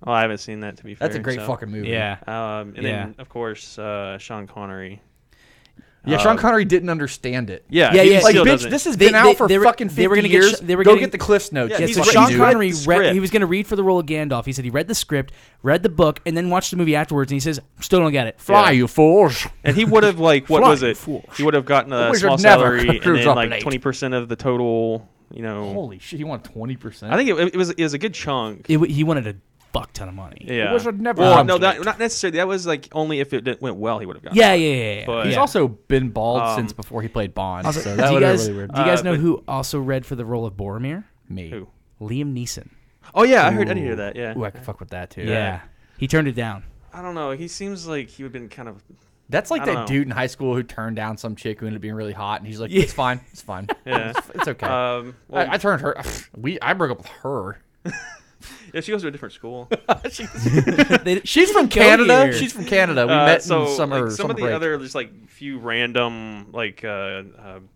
[SPEAKER 3] Oh, I haven't seen that to be fair.
[SPEAKER 2] That's a great
[SPEAKER 3] so.
[SPEAKER 2] fucking movie.
[SPEAKER 1] yeah.
[SPEAKER 3] Um, and
[SPEAKER 1] Yeah.
[SPEAKER 3] then of course uh, Sean Connery.
[SPEAKER 2] yeah. Sean Connery didn't understand it.
[SPEAKER 3] Um, Yeah,
[SPEAKER 1] Yeah,
[SPEAKER 3] he
[SPEAKER 1] yeah.
[SPEAKER 2] like
[SPEAKER 3] still
[SPEAKER 2] bitch,
[SPEAKER 3] doesn't.
[SPEAKER 2] this has
[SPEAKER 1] They-
[SPEAKER 2] been
[SPEAKER 1] they-
[SPEAKER 2] out for
[SPEAKER 1] they were-
[SPEAKER 2] fucking fifty
[SPEAKER 1] they were gonna get
[SPEAKER 2] years.
[SPEAKER 1] sh- they were
[SPEAKER 2] Go
[SPEAKER 1] getting-
[SPEAKER 2] get the Cliff's notes.
[SPEAKER 3] Yeah,
[SPEAKER 1] Yeah,
[SPEAKER 2] That's
[SPEAKER 1] so
[SPEAKER 2] what
[SPEAKER 1] Sean
[SPEAKER 2] you do.
[SPEAKER 1] Connery
[SPEAKER 3] Read the
[SPEAKER 1] read.
[SPEAKER 3] script.
[SPEAKER 1] He was going to read for the role of Gandalf. He said he read the script, read the book, and then watched the movie afterwards. And he says, "Still don't get it."
[SPEAKER 2] Fly,
[SPEAKER 3] Yeah.
[SPEAKER 2] you fools.
[SPEAKER 3] And he would have like what
[SPEAKER 2] Fly,
[SPEAKER 3] was it?
[SPEAKER 2] fool.
[SPEAKER 3] He would have gotten a
[SPEAKER 2] wizard
[SPEAKER 3] small
[SPEAKER 2] never
[SPEAKER 3] salary and
[SPEAKER 2] comes
[SPEAKER 3] then
[SPEAKER 2] up
[SPEAKER 3] like
[SPEAKER 2] late.
[SPEAKER 3] twenty percent of the total. You know,
[SPEAKER 2] Holy shit, he won twenty percent.
[SPEAKER 3] I think it, it was it was a good chunk.
[SPEAKER 1] It, w- he wanted a fuck ton of money. Yeah,
[SPEAKER 3] yeah,
[SPEAKER 2] wizard never
[SPEAKER 3] Well,
[SPEAKER 2] comes
[SPEAKER 3] no, that,
[SPEAKER 2] late.
[SPEAKER 3] not necessarily. That was like only if it did, went well, he would have gotten.
[SPEAKER 1] yeah, yeah. yeah, yeah.
[SPEAKER 3] But-
[SPEAKER 2] he's
[SPEAKER 1] Yeah.
[SPEAKER 2] also been bald
[SPEAKER 3] Um,
[SPEAKER 2] since before he played Bond.
[SPEAKER 1] Also,
[SPEAKER 2] [LAUGHS] so
[SPEAKER 1] do
[SPEAKER 2] that
[SPEAKER 1] you
[SPEAKER 2] would have
[SPEAKER 1] guys,
[SPEAKER 2] really weird.
[SPEAKER 1] do you guys
[SPEAKER 3] Uh,
[SPEAKER 1] know
[SPEAKER 3] but-
[SPEAKER 1] who also read for the role of Boromir?
[SPEAKER 2] Me.
[SPEAKER 3] Who?
[SPEAKER 1] Liam Neeson.
[SPEAKER 3] Oh yeah, I heard. I did hear that. Yeah.
[SPEAKER 2] Ooh, I could fuck with that too.
[SPEAKER 1] Yeah, he turned it
[SPEAKER 3] [LAUGHS]
[SPEAKER 1] down.
[SPEAKER 3] I don't know. He seems like he would have been kind of.
[SPEAKER 2] That's like
[SPEAKER 3] I
[SPEAKER 2] that
[SPEAKER 3] don't know.
[SPEAKER 2] dude in high school who turned down some chick who ended up being really hot, and he's like,
[SPEAKER 1] Yeah.
[SPEAKER 2] "It's fine, it's fine,
[SPEAKER 3] [LAUGHS] Yeah.
[SPEAKER 2] it's, it's okay." [SIGHS]
[SPEAKER 3] Um, well,
[SPEAKER 2] I, I turned her. We I broke up with her.
[SPEAKER 3] Yeah, she goes to a
[SPEAKER 2] [LAUGHS]
[SPEAKER 3] different school.
[SPEAKER 1] They- she's from
[SPEAKER 2] Canada. She's from Canada. We
[SPEAKER 3] Uh,
[SPEAKER 2] met
[SPEAKER 3] so,
[SPEAKER 2] in summer.
[SPEAKER 3] like, some
[SPEAKER 2] summer
[SPEAKER 3] of the
[SPEAKER 2] break.
[SPEAKER 3] other just like few random like uh, uh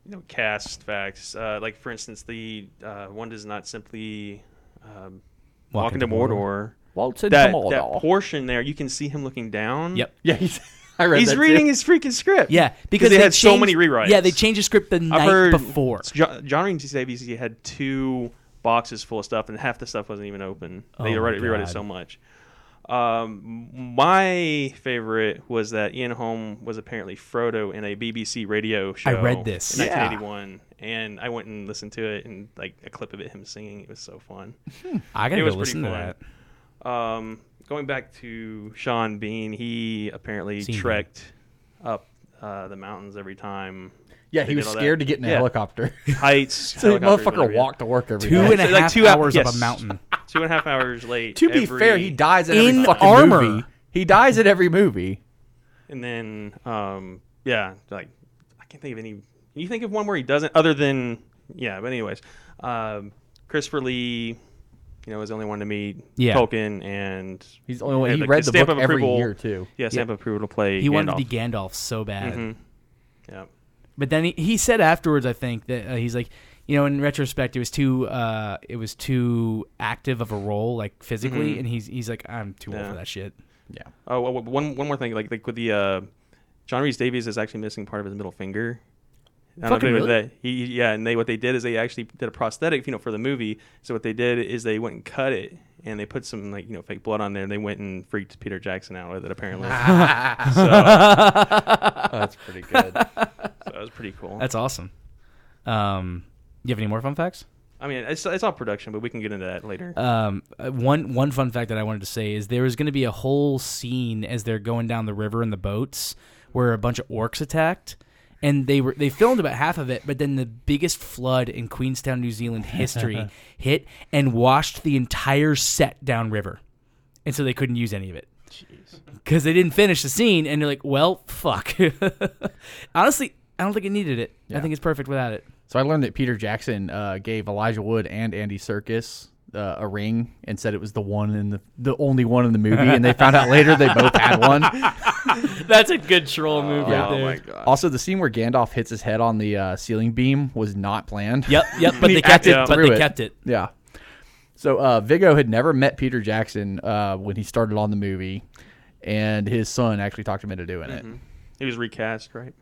[SPEAKER 3] you know cast facts uh like for instance the uh one does not simply um walk, into mordor,
[SPEAKER 2] Waltz into
[SPEAKER 3] That, that
[SPEAKER 2] Mordor.
[SPEAKER 3] portion there you can see him looking down
[SPEAKER 1] Yep.
[SPEAKER 2] yeah, he's, [LAUGHS] I read
[SPEAKER 3] he's
[SPEAKER 2] that, too.
[SPEAKER 3] reading his freaking script
[SPEAKER 1] Yeah, because
[SPEAKER 3] they,
[SPEAKER 1] they
[SPEAKER 3] had so many
[SPEAKER 1] changed-
[SPEAKER 3] rewrites
[SPEAKER 1] Yeah, they changed the script the night
[SPEAKER 3] heard-
[SPEAKER 1] before.
[SPEAKER 3] john, john reed cbc had two boxes full of stuff and half the stuff wasn't even open
[SPEAKER 1] Oh
[SPEAKER 3] they
[SPEAKER 1] my
[SPEAKER 3] already rewrote it
[SPEAKER 1] God.
[SPEAKER 3] so much um, my favorite was that Ian Holm was apparently Frodo in a BBC radio show.
[SPEAKER 1] read this.
[SPEAKER 3] in
[SPEAKER 2] Yeah.
[SPEAKER 3] 1981, and I went and listened to it and like a clip of it him singing. It was so fun.
[SPEAKER 1] I
[SPEAKER 3] it
[SPEAKER 1] gotta
[SPEAKER 3] was
[SPEAKER 1] go listen to
[SPEAKER 3] pretty
[SPEAKER 1] that.
[SPEAKER 3] Um, going back to Sean Bean, he apparently
[SPEAKER 1] Seen him.
[SPEAKER 3] trekked up uh, the mountains every time.
[SPEAKER 2] Yeah,
[SPEAKER 3] They
[SPEAKER 2] he
[SPEAKER 3] did
[SPEAKER 2] was
[SPEAKER 3] all that.
[SPEAKER 2] scared to get in a
[SPEAKER 3] Yeah.
[SPEAKER 2] helicopter. [LAUGHS]
[SPEAKER 3] Heights.
[SPEAKER 2] so the
[SPEAKER 3] helicopters, whatever,
[SPEAKER 2] motherfucker
[SPEAKER 3] yeah.
[SPEAKER 2] walked to work every
[SPEAKER 1] Two
[SPEAKER 2] day.
[SPEAKER 1] and a
[SPEAKER 3] So, like,
[SPEAKER 1] half
[SPEAKER 3] two hou-
[SPEAKER 1] hours of
[SPEAKER 3] yes.
[SPEAKER 1] a mountain.
[SPEAKER 3] two and a half hours late.
[SPEAKER 2] to be
[SPEAKER 3] every-
[SPEAKER 2] fair, he dies at
[SPEAKER 1] In
[SPEAKER 2] every fucking
[SPEAKER 1] armor.
[SPEAKER 2] movie. He dies at every movie.
[SPEAKER 3] And then, um, yeah, like I can't think of any. Can you think of one where he doesn't, other than yeah. But anyways, um, Christopher Lee, you know, was the only one to meet
[SPEAKER 1] Yeah.
[SPEAKER 3] Tolkien, and
[SPEAKER 2] He's the only one.
[SPEAKER 3] had
[SPEAKER 2] He
[SPEAKER 3] the
[SPEAKER 2] read the
[SPEAKER 3] stamp
[SPEAKER 2] book
[SPEAKER 3] of
[SPEAKER 2] every
[SPEAKER 3] approval.
[SPEAKER 2] year too.
[SPEAKER 3] Yeah, stamp of approval to play.
[SPEAKER 1] He wanted to
[SPEAKER 3] Gandalf.
[SPEAKER 1] be Gandalf so bad.
[SPEAKER 3] Mhm. Yeah.
[SPEAKER 1] But then he, he said afterwards, I think that uh, he's like, you know, in retrospect, it was too uh, it was too active of a role, like physically,
[SPEAKER 3] Mhm.
[SPEAKER 1] and he's he's like, I'm too old
[SPEAKER 3] Yeah.
[SPEAKER 1] for that shit.
[SPEAKER 2] Yeah.
[SPEAKER 3] Oh, oh, one one more thing. Like like with the uh, John Reese Davies is actually missing part of his middle finger. I don't
[SPEAKER 1] Fucking
[SPEAKER 3] know if you know
[SPEAKER 1] really?
[SPEAKER 3] that. He, he- yeah, and they what they did is they actually did a prosthetic, you know, for the movie. So what they did is they went and cut it, and they put some like you know fake blood on there. and They went and freaked Peter Jackson out with
[SPEAKER 2] [LAUGHS]
[SPEAKER 3] it apparently. so,
[SPEAKER 2] That's pretty good.
[SPEAKER 3] so that was pretty cool.
[SPEAKER 1] That's awesome. Um, you have any more fun facts?
[SPEAKER 3] I mean, it's it's all production, but we can get into that later.
[SPEAKER 1] Um, uh, one one fun fact that I wanted to say is there is going to be a whole scene as they're going down the river in the boats where a bunch of orcs attacked, and they were they filmed about half of it, but then the biggest flood in Queenstown, New Zealand [LAUGHS] history hit and washed the entire set downriver, and so they couldn't use any of it because they didn't finish the scene, and they're like, well, fuck. [LAUGHS] Honestly, I don't think it needed it. I
[SPEAKER 2] Yeah.
[SPEAKER 1] think it's perfect without it.
[SPEAKER 2] So I learned that Peter Jackson uh, gave Elijah Wood and Andy Circus uh, a ring and said it was the one in the the only one in the movie, and they found out later they both had [LAUGHS] one.
[SPEAKER 1] That's a good troll move
[SPEAKER 2] yeah.
[SPEAKER 1] right
[SPEAKER 3] oh
[SPEAKER 1] there.
[SPEAKER 3] my god.
[SPEAKER 2] Also, the scene where Gandalf hits his head on the uh, ceiling beam was not planned.
[SPEAKER 1] Yep, yep,
[SPEAKER 2] [LAUGHS]
[SPEAKER 1] but
[SPEAKER 2] He
[SPEAKER 1] they kept
[SPEAKER 2] acted
[SPEAKER 1] it. But
[SPEAKER 2] through
[SPEAKER 1] they
[SPEAKER 2] it.
[SPEAKER 1] kept it.
[SPEAKER 2] Yeah. So uh, Vigo had never met Peter Jackson uh, when he started on the movie, and his son actually talked him into doing
[SPEAKER 3] Mm-hmm.
[SPEAKER 2] it.
[SPEAKER 3] He was recast, right?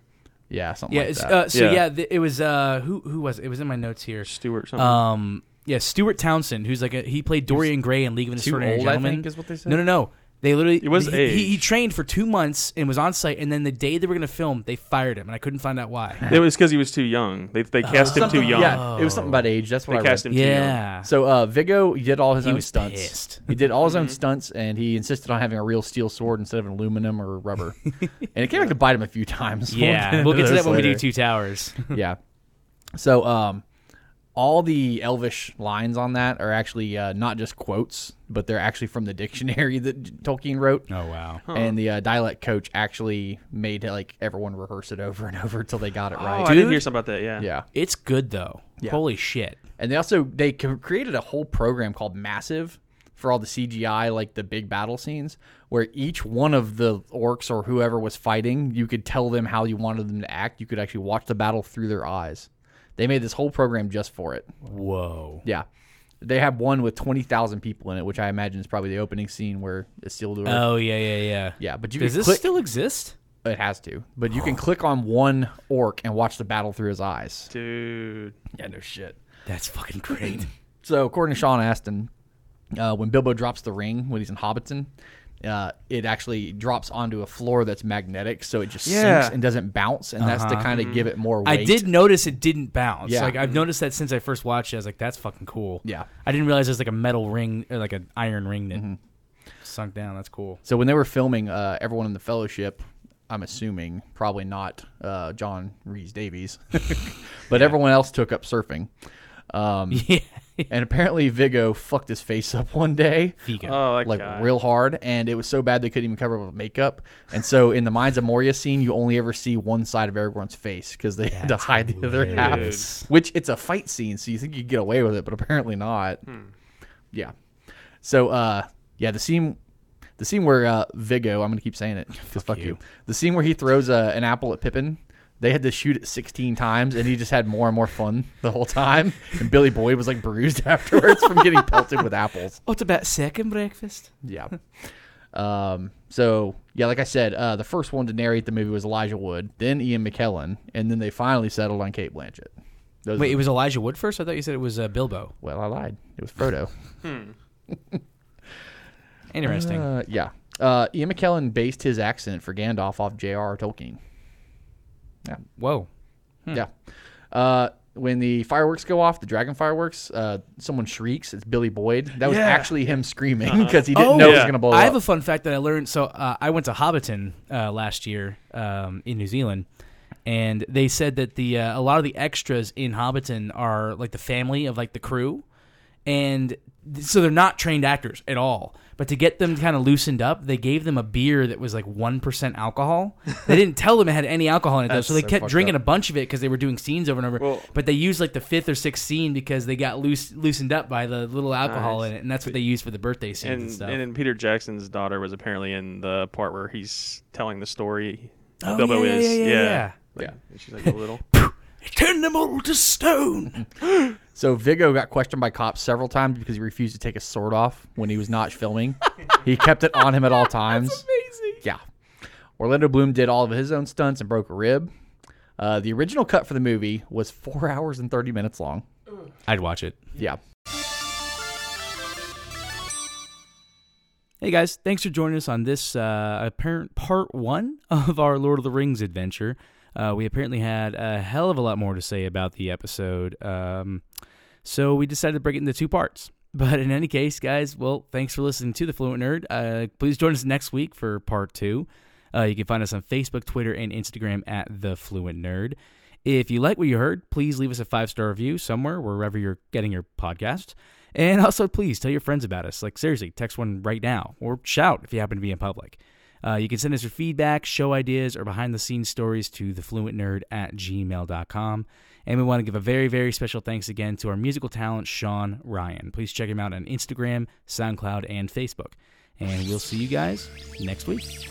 [SPEAKER 2] Yeah, something
[SPEAKER 1] Yeah.
[SPEAKER 2] like
[SPEAKER 1] it's,
[SPEAKER 2] that.
[SPEAKER 1] uh, so yeah,
[SPEAKER 3] Yeah.
[SPEAKER 1] th- it was uh, who who was it? It was in my notes here.
[SPEAKER 3] Stewart something.
[SPEAKER 2] Uh,
[SPEAKER 1] Um, yeah, Stuart Townsend, who's like a, he played Dorian Gray in League of Extraordinary
[SPEAKER 2] old, I
[SPEAKER 1] Gentlemen.
[SPEAKER 2] think, is what they said?
[SPEAKER 1] No, no, no. They literally
[SPEAKER 3] It was
[SPEAKER 1] he,
[SPEAKER 3] age.
[SPEAKER 1] he, he trained for two months and was on site, and then the day they were going to film, they fired him, and I couldn't find out
[SPEAKER 2] [LAUGHS]
[SPEAKER 1] why.
[SPEAKER 3] it was because he was too young. They they cast him too
[SPEAKER 2] Uh, Something-
[SPEAKER 3] young.
[SPEAKER 2] Yeah, it was something about age. That's what
[SPEAKER 3] They
[SPEAKER 2] I
[SPEAKER 3] cast
[SPEAKER 2] read.
[SPEAKER 3] him too young.
[SPEAKER 1] yeah.
[SPEAKER 2] So uh, Vigo he did all his
[SPEAKER 1] He
[SPEAKER 2] own
[SPEAKER 1] was
[SPEAKER 2] stunts.
[SPEAKER 1] pissed.
[SPEAKER 2] He did all his own
[SPEAKER 3] Mm-hmm.
[SPEAKER 2] stunts, and he insisted on having a real steel sword instead of an aluminum or
[SPEAKER 1] [LAUGHS]
[SPEAKER 2] rubber. and it came back to bite him a few times. [LAUGHS]
[SPEAKER 1] yeah, we'll get to that when we do
[SPEAKER 2] too.
[SPEAKER 1] Two Towers.
[SPEAKER 2] [LAUGHS] yeah. So um, all the Elvish lines on that are actually uh, not just quotes, but they're actually from the dictionary [LAUGHS] that Tolkien wrote.
[SPEAKER 1] oh wow.
[SPEAKER 2] And the uh, dialect coach actually made like everyone rehearse it over and over until they got it
[SPEAKER 3] Oh,
[SPEAKER 2] right.
[SPEAKER 3] I did
[SPEAKER 1] Dude.
[SPEAKER 3] hear something about that. Yeah.
[SPEAKER 2] Yeah.
[SPEAKER 1] It's good though. Holy shit.
[SPEAKER 2] And they also they co- created a whole program called Massive for all the CGI like the big battle scenes where each one of the orcs or whoever was fighting, you could tell them how you wanted them to act. You could actually watch the battle through their eyes. They made this whole program just for it.
[SPEAKER 1] Whoa.
[SPEAKER 2] Yeah. They have one with 20,000 people in it, which I imagine is probably the opening scene where Isildur.
[SPEAKER 1] Oh yeah, yeah, yeah.
[SPEAKER 2] yeah, but you
[SPEAKER 1] Does
[SPEAKER 2] can
[SPEAKER 1] this
[SPEAKER 2] click.
[SPEAKER 1] still exist?
[SPEAKER 2] it has to. But you can click on one orc and watch the battle through his eyes.
[SPEAKER 3] Dude.
[SPEAKER 2] Yeah, no shit.
[SPEAKER 1] That's fucking
[SPEAKER 2] [LAUGHS]
[SPEAKER 1] great.
[SPEAKER 2] So, according to Sean Astin, uh, when Bilbo drops the ring when he's in Hobbiton, uh, it actually drops onto a floor that's magnetic, so it just
[SPEAKER 3] Yeah.
[SPEAKER 2] sinks and doesn't bounce, and that's to kind of give it more weight.
[SPEAKER 1] Uh-huh. I did notice it didn't bounce.
[SPEAKER 2] Yeah. Mm-hmm.
[SPEAKER 1] Like I've noticed that since I first watched it. I was like, that's fucking cool.
[SPEAKER 2] Yeah. Mm-hmm.
[SPEAKER 1] I didn't realize there's like a metal ring or like an iron ring that sunk down. That's
[SPEAKER 2] [LAUGHS]
[SPEAKER 1] cool.
[SPEAKER 2] So when they were filming, uh, everyone in the Fellowship, I'm assuming probably not uh, John Reese Davies, [LAUGHS] but everyone else took up surfing.
[SPEAKER 1] [LAUGHS]
[SPEAKER 2] Um,
[SPEAKER 1] Yeah.
[SPEAKER 2] and apparently Vigo fucked his face up one day,
[SPEAKER 1] Vigo.
[SPEAKER 3] Oh, that
[SPEAKER 2] like
[SPEAKER 3] guy.
[SPEAKER 2] real hard, and it was so bad they couldn't even cover it with makeup. And so in the Mines of Moria scene, you only ever see one side of everyone's face because they had to hide the other half.
[SPEAKER 1] hilarious.
[SPEAKER 2] Which it's a fight scene, so you think you get away with it, but apparently not. Yeah. So uh, yeah, the scene, the scene where uh, Vigo, I'm gonna keep saying it [LAUGHS] because fuck, you.
[SPEAKER 1] you.
[SPEAKER 2] The scene where he throws uh, an apple at Pippin. They had to shoot it 16 times, and he just had more and more fun the whole time. And Billy Boyd was like bruised [LAUGHS] afterwards from getting pelted with apples.
[SPEAKER 1] What about second breakfast?
[SPEAKER 2] Yeah. [LAUGHS] Um, so yeah, like I said, uh, the first one to narrate the movie was Elijah Wood, then Ian McKellen, and then they finally settled on Kate Blanchett. Those
[SPEAKER 1] Wait,
[SPEAKER 2] were-
[SPEAKER 1] it was Elijah Wood first. I thought you said it was uh, Bilbo.
[SPEAKER 2] well, I lied. It was Frodo.
[SPEAKER 1] [LAUGHS] Interesting.
[SPEAKER 2] Uh, yeah. Uh, Ian McKellen based his accent for Gandalf off J.R.R. Tolkien.
[SPEAKER 1] Whoa. Hmm.
[SPEAKER 2] Yeah. Uh, when the fireworks go off, the dragon fireworks, uh, someone shrieks. It's Billy Boyd. That was
[SPEAKER 3] Yeah.
[SPEAKER 2] actually him screaming
[SPEAKER 1] Uh-huh.
[SPEAKER 2] [LAUGHS] because he
[SPEAKER 1] Oh.
[SPEAKER 2] didn't know it was
[SPEAKER 3] Oh, yeah.
[SPEAKER 2] going to blow
[SPEAKER 1] I
[SPEAKER 2] up.
[SPEAKER 1] have a fun fact that I learned. So uh, I went to Hobbiton uh, last year um, in New Zealand, and they said that the uh, a lot of the extras in Hobbiton are like the family of like the crew, and th- so they're not trained actors at all. But to get them kind of loosened up, they gave them a beer that was like one percent alcohol. They didn't tell them it had any alcohol in it,
[SPEAKER 2] [LAUGHS]
[SPEAKER 1] though, so they
[SPEAKER 2] so
[SPEAKER 1] kept
[SPEAKER 2] fucked
[SPEAKER 1] drinking
[SPEAKER 2] up.
[SPEAKER 1] a bunch of it because they were doing scenes over and over.
[SPEAKER 3] Well-
[SPEAKER 1] but they used like the fifth or sixth scene because they got loose loosened up by the little alcohol
[SPEAKER 3] Nice.
[SPEAKER 1] in it, and that's what they used for the birthday scenes and,
[SPEAKER 3] and
[SPEAKER 1] stuff.
[SPEAKER 3] and then Peter Jackson's daughter was apparently in the part where he's telling the story.
[SPEAKER 1] Oh,
[SPEAKER 3] Bilbo
[SPEAKER 1] yeah, yeah,
[SPEAKER 3] is
[SPEAKER 1] yeah, yeah, yeah.
[SPEAKER 3] Like,
[SPEAKER 2] Yeah.
[SPEAKER 3] and she's like a little.
[SPEAKER 1] Turn them all to stone.
[SPEAKER 2] So Vigo got questioned by cops several times because he refused to take his sword off when he was not filming. he kept it on him at all times.
[SPEAKER 1] Amazing.
[SPEAKER 2] Yeah. Orlando Bloom did all of his own stunts and broke a rib. Uh, the original cut for the movie was four hours and 30 minutes long.
[SPEAKER 1] [LAUGHS] I'd watch it.
[SPEAKER 2] Yeah.
[SPEAKER 1] Hey guys, thanks for joining us on this uh, apparent part one of our Lord of the Rings adventure. Uh, we apparently had a hell of a lot more to say about the episode, um, so we decided to break it into two parts. [LAUGHS] But in any case, guys, well, thanks for listening to the Fluent Nerd. Uh, please join us next week for part two. Uh, you can find us on Facebook, Twitter, and Instagram at the Fluent Nerd. If you like what you heard, please leave us a five star review somewhere, wherever you're getting your podcast. And also, please tell your friends about us. Like, seriously, text one right now or shout if you happen to be in public. Uh, you can send us your feedback, show ideas, or behind the scenes stories to thefluentnerd at gmail.com. And we want to give a very, very special thanks again to our musical talent, Sean Ryan. Please check him out on Instagram, SoundCloud, and Facebook. And we'll see you guys next week.